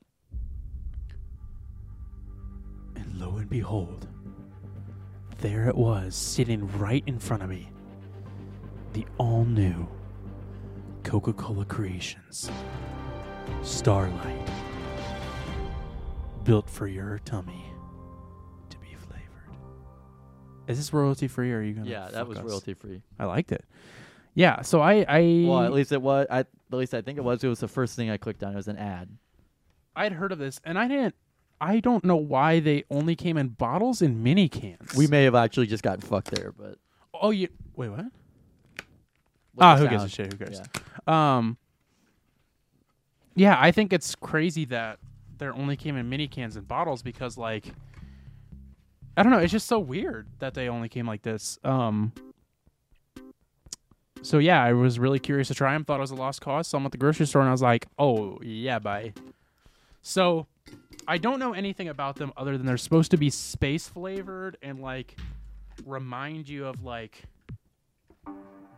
A: And lo and behold, there it was, sitting right in front of me. The all new Coca Cola Creations Starlight. Built for your tummy to be flavored. Is this royalty free or are you going to?
B: Yeah, that was royalty free.
A: I liked it. Yeah, so I. I
B: Well, at least it was. I, at least I think it was. It was the first thing I clicked on. It was an ad.
A: I'd heard of this and I didn't. I don't know why they only came in bottles and mini cans.
B: We may have actually just gotten fucked there, but
A: Oh, you. Wait, what?
B: with
A: Ah,
B: the
A: who gives a
B: sound.
A: shit? Who cares?
B: Yeah.
A: Um. Yeah, I think it's crazy that there only came in mini cans and bottles because, like, I don't know, it's just so weird that they only came like this. Um. So yeah, I was really curious to try them. Thought it was a lost cause. So I'm at the grocery store and I was like, "Oh yeah, bye." So I don't know anything about them other than they're supposed to be space flavored and like remind you of like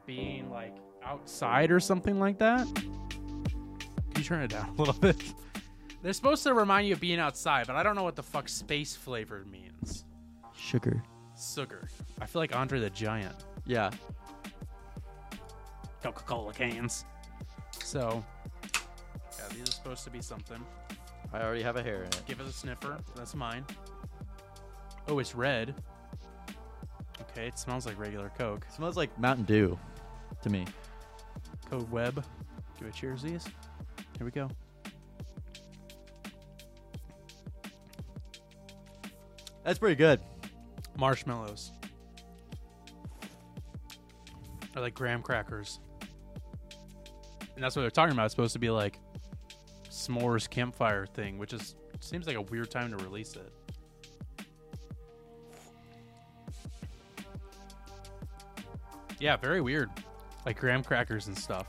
A: being like outside or something like that. You turn it down a little bit. They're supposed to remind you of being outside, but I don't know what the fuck space flavored means.
B: Sugar.
A: Sugar. I feel like Andre the Giant.
B: Yeah.
A: Coca Cola cans. So, yeah, these are supposed to be something.
B: I already have a hair in it.
A: Give it a sniffer. That's mine. Oh, it's red. Okay, it smells like regular Coke.
B: Smells like Mountain Dew to me.
A: Code Web. Give it cheers, these. Here we go.
B: That's pretty good.
A: Marshmallows. Or like graham crackers. And that's what they're talking about. It's supposed to be like s'mores campfire thing, which is seems like a weird time to release it. Yeah, very weird. Like graham crackers and stuff.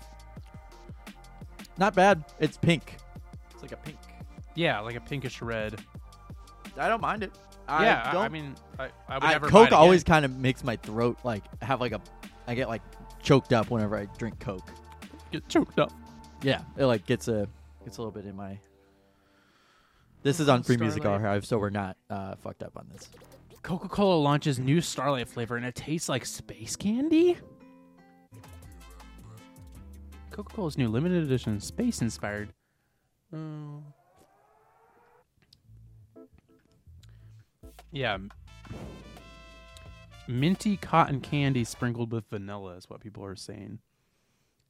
B: Not bad. It's pink.
A: It's like a pink. Yeah, like a pinkish red.
B: I don't mind it.
A: yeah,
B: I
A: I-
B: don't.
A: I mean, I, I would
B: I-
A: never. buy it
B: Coke
A: again.
B: always kind of makes my throat like have like a. I get like choked up whenever I drink Coke.
A: get choked up.
B: Yeah, it like gets a gets a little bit in my. This is on Free Music
A: Starlight.
B: Archive, so we're not uh, fucked up on this.
A: Coca Cola launches new Starlight flavor and it tastes like space candy? Coca Cola's new limited edition space inspired. Oh. Yeah. m- Minty cotton candy sprinkled with vanilla is what people are saying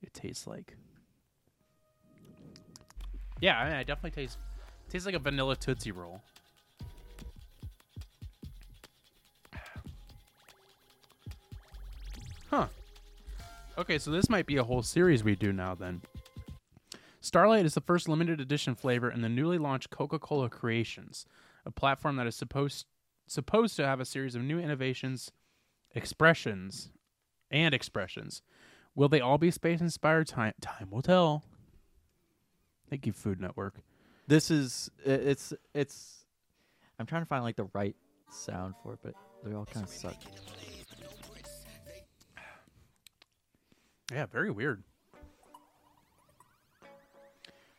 A: it tastes like. Yeah, I, mean, I definitely taste tastes like a vanilla Tootsie Roll. Huh. Okay, so this might be a whole series we do now then. Starlight is the first limited edition flavor in the newly launched Coca-Cola Creations, a platform that is supposed supposed to have a series of new innovations, expressions, and expressions. Will they all be space inspired? Time time will tell. Thank you, Food Network.
B: This is i- it's it's. I'm trying to find like the right sound for it, but they all kind of suck.
A: Yeah, very weird.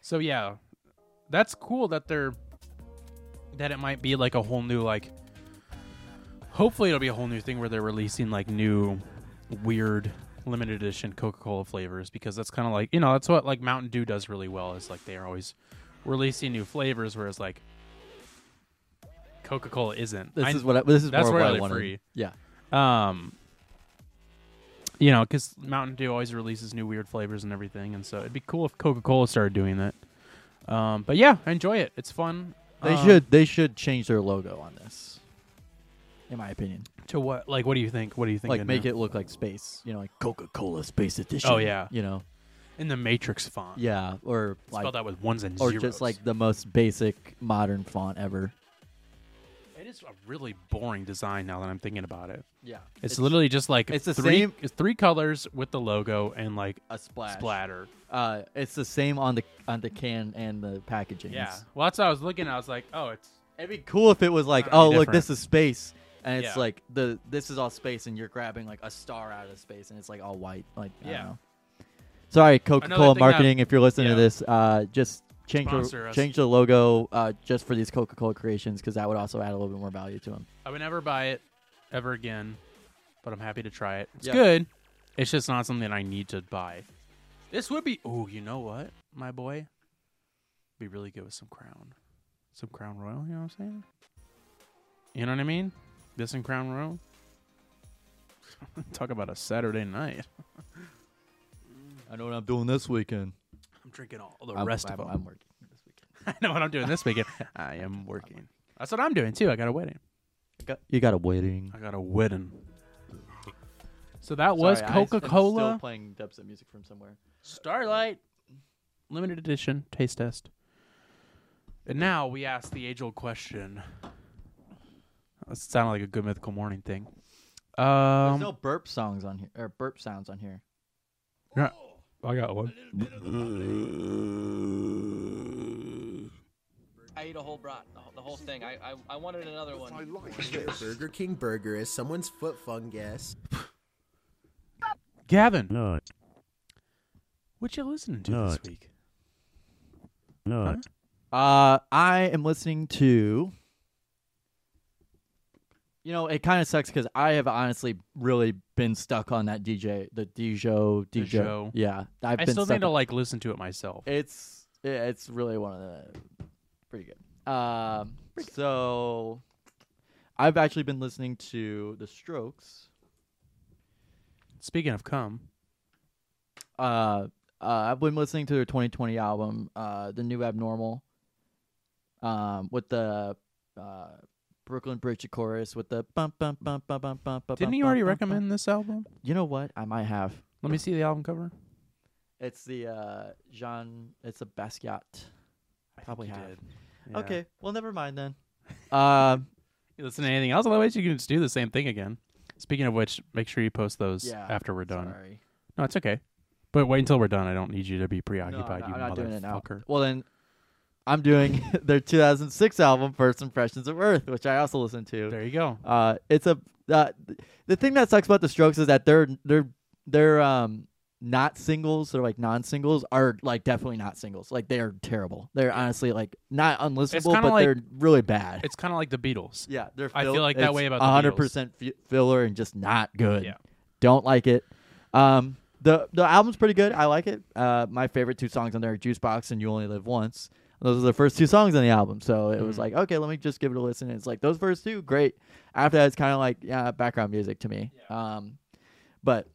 A: So yeah, that's cool that they're that it might be like a whole new like hopefully it'll be a whole new thing where they're releasing like new weird limited edition Coca-Cola flavors because that's kind of like, you know, that's what like Mountain Dew does really well is like they're always releasing new flavors whereas like Coca-Cola isn't.
B: This
A: I-
B: is what I, this is
A: that's
B: more
A: where
B: of what
A: I
B: I wanted.
A: free.
B: Yeah,
A: um you know because mountain dew always releases new weird flavors and everything and so it'd be cool if coca-cola started doing that um but yeah I enjoy it it's fun
B: they
A: Um,
B: should they should change their logo on this. In my opinion,
A: to what like what do you think what do you think
B: like make it look like space. You know, like Coca Cola Space Edition.
A: Oh, yeah.
B: you know,
A: in the matrix font
B: yeah, or like
A: spelled out with ones and
B: or
A: uh, zeros
B: just like the most basic modern font ever.
A: it is a really boring design now that i'm thinking about it
B: Yeah,
A: it's, literally just like
B: it's the
A: three
B: same-
A: it's three colors with the logo and like
B: a splash.
A: splatter
B: Uh, it's the same on the on the can and the packaging.
A: yeah
B: It's-
A: well that's what i was looking at i was like oh it's
B: it'd be cool if it was like,
A: That'd
B: oh
A: be
B: look,
A: different.
B: this is space, and it's
A: Yeah.
B: like the this is all space, and you're grabbing like a star out of space, and it's like all white. Like I
A: Yeah.
B: don't know. Sorry, Coca
A: thing
B: Cola
A: that-
B: marketing. if you're listening
A: yeah.
B: to this, uh, just change
A: Sponsor
B: the,
A: us.
B: change the logo uh, just for these Coca Cola creations because that would also add a little bit more value to them.
A: I would never buy it ever again, but I'm happy to try it. It's
B: Yeah.
A: good. It's just not something I need to buy. This would be oh, you know what, my boy? Be really good with some crown. Some crown royal, you know what I'm saying? You know what I mean? This and crown royal. Talk about a Saturday night.
B: I know what I'm doing this weekend.
A: I'm drinking all the
B: I'm,
A: rest
B: I'm,
A: of
B: I'm
A: them.
B: working this weekend.
A: i know what I'm doing this weekend. I am working. That's what I'm doing too. I got a wedding.
B: you got a wedding.
A: I got a wedding. So that was
B: Sorry, I- I'm still
A: Coca Cola.
B: playing dubstep music from somewhere.
A: Starlight. Limited edition taste test. And now we ask the age old question. That sounded like a good mythical morning thing. Um,
B: There's no burp songs on here or burp sounds on here.
A: I got one.
J: I ate a whole brat, the whole, the whole thing. I, I I wanted another one.
K: Burger King burger is someone's foot fungus.
A: Gavin. What you listening to this week?
B: Uh, I am listening to. You know, it kind of sucks because I have honestly really been stuck on that DJ, the Dijo, Dijo.
A: Dijo.
B: Yeah, I've
A: I
B: been
A: still
B: stuck
A: need to
B: on-
A: like listen to it myself.
B: It's yeah, it's really one of the pretty good. Um, so I've actually been listening to The Strokes.
A: Speaking of cum,
B: Uh, Uh, I've been listening to their 2020 album, uh, The New Abnormal, um, with the uh, Brooklyn Bridge Chorus, with the bump, bump, bump, bump, bump, bump. bump,
A: Didn't
B: bump,
A: you already
B: bump, bump,
A: recommend this album?
B: bump. You know what? I might have.
A: Let me see the album cover.
B: It's the uh, Jean, it's a Basquiat.
A: I
B: Probably
A: you
B: have.
A: did. Yeah.
B: Okay, well, never mind then. Um,
A: You listen to anything else? Otherwise, you can just do the same thing again. Speaking of which, make sure you post those
B: yeah.
A: after we're done.
B: Sorry.
A: No, it's okay. But wait until we're done. I don't need you to be
B: No,
A: preoccupied,
B: I'm
A: you
B: not, I'm not doing it now.
A: motherfucker.
B: Well, then I'm doing their 2006 album, First Impressions of Earth, which I also listened to.
A: There you go.
B: Uh, it's a uh, th- the thing that sucks about the Strokes is that they're they're they're um not singles. They're like non-singles are like definitely not singles. Like they are terrible. They're honestly like not unlistenable,
A: kinda
B: but
A: like-
B: they're really bad.
A: It's kind of like the Beatles.
B: yeah, they're.
A: I feel
B: fill-
A: like that
B: it's
A: way about the
B: hundred percent filler and just not good.
A: Yeah.
B: don't like it. Um, the the album's pretty good. I like it. Uh, my favorite two songs on there are "Juice Box" and "You Only Live Once." Those are the first two songs on the album, so it was
A: Mhm.
B: like, okay, let me just give it a listen. And it's like those first two, great. After that, it's kind of like yeah, background music to me. Um, but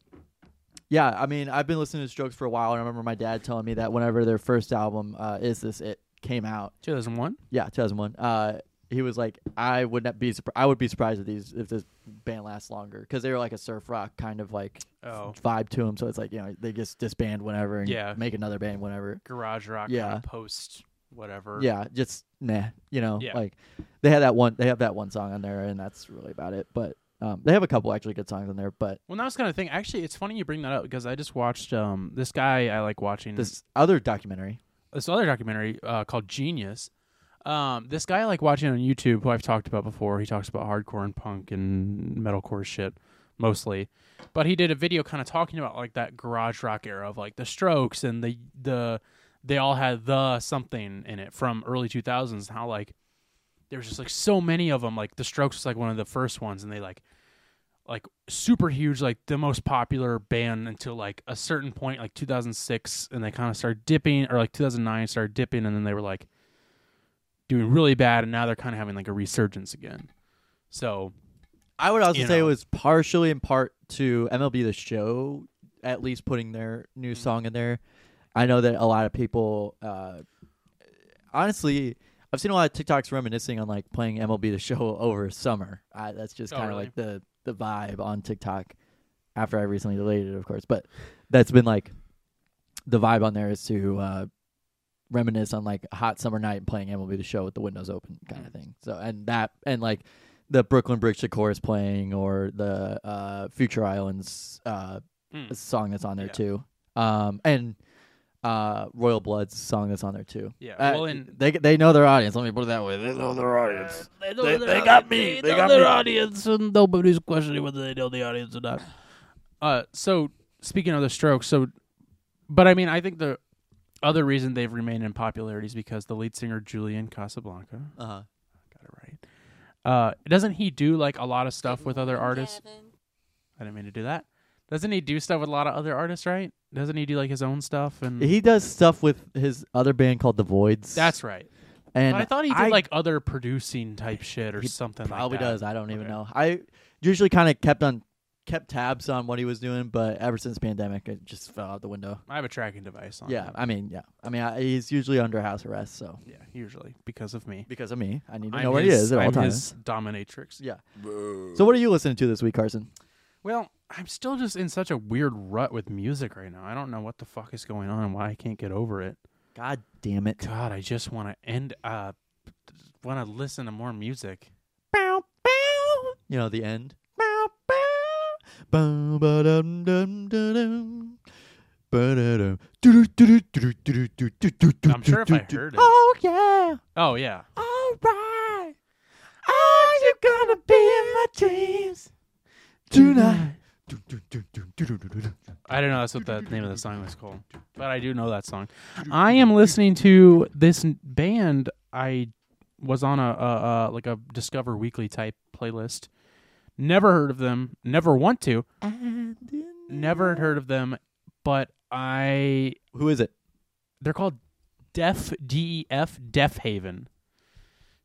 B: yeah, I mean, I've been listening to Strokes for a while, and I remember my dad telling me that whenever their first album, uh, "Is This It," came out,
A: 2001.
B: yeah, 2001. Uh, he was like, I would not be surprised. I would be surprised if these if this band lasts longer because they were like a surf rock kind of like
A: Oh.
B: vibe to them. So it's like you know they just disband whenever and
A: Yeah.
B: make another band whenever.
A: Garage rock.
B: Yeah.
A: kinda Post whatever.
B: Yeah, just nah, you know,
A: Yeah.
B: like they had that one. They have that one song on there, and that's really about it. But um, they have a couple actually good songs on there. But
A: Well, that was kind of thing. Actually, it's funny you bring that up because I just watched um this guy I like watching
B: this other documentary,
A: this other documentary uh, called Genius. Um, this guy I like watching on YouTube, who I've talked about before, he talks about hardcore and punk and metalcore shit mostly, but he did a video kind of talking about like that garage rock era of like the Strokes and the the they all had the something in it from early two thousands. How like there was just like so many of them. Like the Strokes was like one of the first ones, and they like like super huge, like the most popular band until like a certain point, like 2006, and they kind of started dipping, or like 2009 started dipping, and then they were like doing really bad, and now they're kind of having like a resurgence again. So
B: I would also
A: You
B: say
A: know.
B: it was partially in part to MLB the Show at least putting their new
A: Mm.
B: song in there. I know that a lot of people, uh, honestly, I've seen a lot of TikToks reminiscing on like playing MLB the Show over summer. I, that's just
A: Oh,
B: kind of
A: really?
B: like the the vibe on TikTok. After I recently deleted it, of course, but that's been like the vibe on there is to uh, reminisce on like a hot summer night and playing MLB the Show with the windows open
A: Mm.
B: kind of thing. So and that and like the Brooklyn Bridge Chorus is playing or the uh, Future Islands uh,
A: Mm.
B: song that's on there
A: Yeah.
B: too, um, and uh, Royal Blood's song that's on there too.
A: yeah,
B: Uh,
A: well, and
B: they they know their audience. Let me put it that way. They know their audience. They, they got me. They got me.
A: audience, and nobody's questioning whether they know the audience or not. Uh, so speaking of the Strokes, so but I mean, I think the other reason they've remained in popularity is because the lead singer Julian Casablanca,
B: Uh-huh.
A: got it right. Uh, doesn't he do like a lot of stuff
C: Good
A: with other
C: morning,
A: artists?
C: Gavin.
A: I didn't mean to do that. Doesn't he do stuff with a lot of other artists? Right? Doesn't he do like his own stuff? And
B: He does stuff with his other band called The Voids.
A: that's right.
B: and
A: But I thought he did
B: I
A: like other producing type shit or
B: He
A: something.
B: probably
A: like that.
B: does. I don't even
A: Okay.
B: know. I usually kind of kept on kept tabs on what he was doing, but ever since pandemic, it just fell out the window.
A: I have a tracking device on.
B: Yeah,
A: him.
B: I mean, yeah, I mean, I, he's usually under house arrest, so
A: yeah, usually because of me.
B: because of me, I need to
A: I'm
B: know where he
A: his-
B: is at all
A: I'm
B: times.
A: his dominatrix.
B: Yeah. So, what are you listening to this week, Carson?
A: Well, I'm still just in such a weird rut with music right now. I don't know what the fuck is going on and why I can't get over it.
B: God damn it!
A: God, I just want to end. Uh, want to listen to more music.
B: Bow, bow. You know the end. Bow, bow. Bow, ba-dum, dum, da-dum. Ba-da-dum. Do-do-do-do-do-do-do-do-do-do-do-do-do.
A: I'm sure if I heard it.
B: Oh yeah.
A: Oh yeah.
B: All right. Are you gonna be in my dreams tonight?
A: I don't know. That's what the name of the song was called, but I do know that song. I am listening to this n- band. I was on a, a, a like a Discover Weekly type playlist. Never heard of them. Never want to. Never had heard of them. But I,
B: Who is it?
A: they're called Def D E F Def Haven.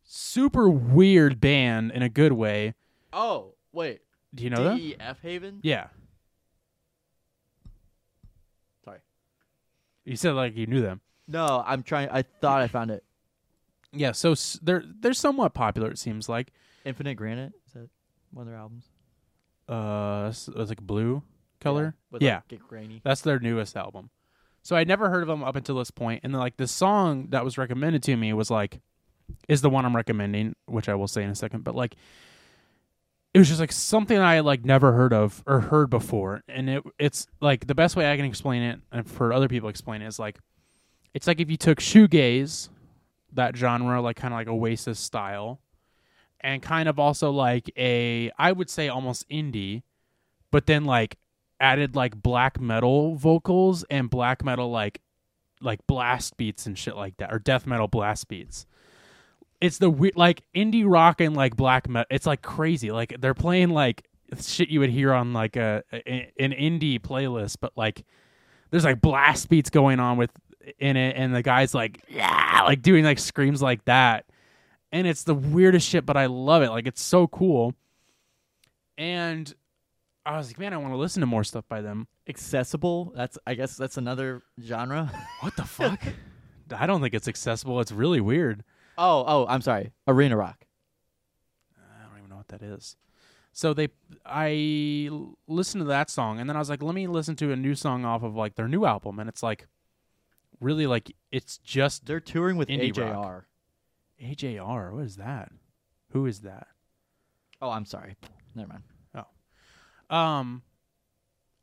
A: Super weird band in a good way.
B: Oh wait,
A: Do you know
B: E
A: them?
B: F Haven.
A: Yeah.
B: Sorry.
A: You said like you knew them.
B: No, I'm trying. I thought I found it.
A: Yeah, so s- they're they're somewhat popular. It seems like.
B: Infinite Granite is that one of their albums?
A: Uh, s- it was like blue color. Yeah,
B: With, like, get grainy.
A: that's their newest album. So I'd never heard of them up until this point, and then, like the song that was recommended to me was like, is the one I'm recommending, which I will say in a second. But like, it was just like something I had, like never heard of or heard before, and it it's like the best way I can explain it, and for other people explain it is like, it's like if you took shoegaze, that genre, like kind of like Oasis style, and kind of also like a I would say almost indie, but then like added like black metal vocals and black metal like like blast beats and shit like that or death metal blast beats. It's the weird like indie rock and like black metal. It's like crazy. Like they're playing like shit you would hear on like a, a an indie playlist, but like there's like blast beats going on with in it, and the guy's like yeah, like doing like screams like that and it's the weirdest shit, but I love it. Like it's so cool. And I was like, man, I want to listen to more stuff by them.
B: Accessible. That's I guess that's another genre.
A: What the fuck? I don't think it's accessible. It's really weird.
B: oh, oh, I'm sorry. Arena rock.
A: I don't even know what that is. So they, I l- listened to that song, and then I was like, let me listen to a new song off of like their new album, and it's like, really like it's just
B: They're touring with
A: Indie
B: AJR.
A: rock. AJR. What is that? Who is that?
B: Oh, I'm sorry. Never mind.
A: Um,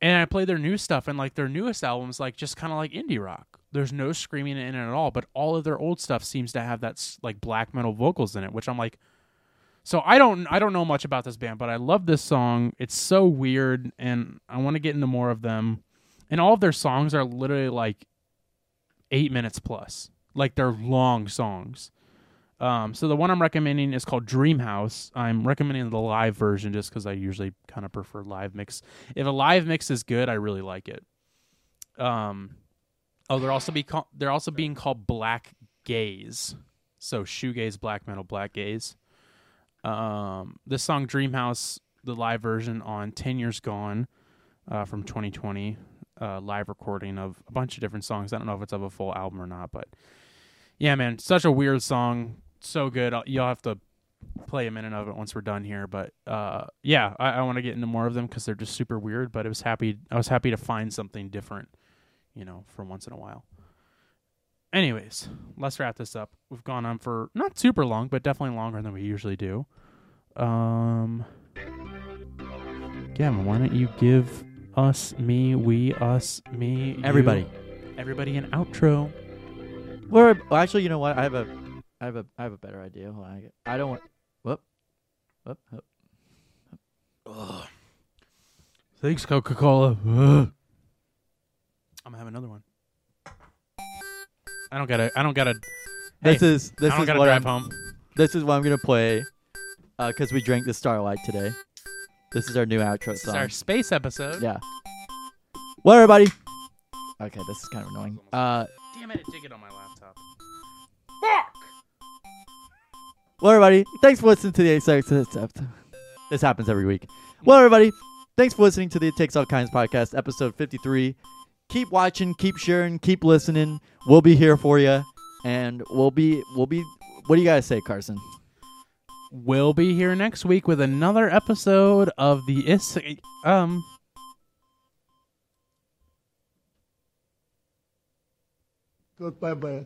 A: and I play their new stuff, and like their newest albums, like just kind of like indie rock. There's no screaming in it at all, but all of their old stuff seems to have that s- like black metal vocals in it, which I'm like. So I don't I don't know much about this band, but I love this song. It's so weird, and I want to get into more of them. And all of their songs are literally like eight minutes plus. Like they're long songs. Um, so the one I'm recommending is called Dream House. I'm recommending the live version just because I usually kind of prefer live mix. If a live mix is good, I really like it. Um, oh, they're also be call- they're also being called Black Gaze. So shoegaze, black metal, black gaze. Um, this song Dream House, the live version on Ten Years Gone, uh, from 2020, uh, live recording of a bunch of different songs. I don't know if it's of a full album or not, but yeah, man, such a weird song, so good. I'll, you'll have to play a minute of it once we're done here, but uh, yeah, I, I want to get into more of them because they're just super weird. But it was happy, I was happy to find something different, you know, for once in a while. Anyways, let's wrap this up. We've gone on for not super long, but definitely longer than we usually do. Um, Gavin, why don't you give us, me, we, us, me, you,
B: Everybody.
A: everybody, an outro?
B: Well, I- well, actually, you know what? I have a, I have a, I have a better idea. Hold on, I, get- I don't want. Whoop, whoop, whoop.
A: Thanks, Coca Cola. I'm gonna have another one. I don't gotta. I don't gotta.
B: This
A: Hey,
B: is this
A: I don't
B: is
A: gotta
B: what
A: drive
B: I'm,
A: home.
B: this is what I'm gonna play, because we drank the Starlight today. This is our new outro
A: This is
B: song.
A: our space episode.
B: Yeah. Well, everybody. Okay, this is kind of annoying. Uh,
A: Damn it! It did get on my laptop. Fuck.
B: well, everybody. Thanks for listening to the E Eight Seconds. This happens every week. Well, everybody. Thanks for listening to the It Takes All Kinds podcast, episode 53. Keep watching, keep sharing, keep listening. We'll be here for you, and we'll be we'll be. What do you guys say, Carson?
A: We'll be here next week with another episode of the Is um.
L: Goodbye, bye.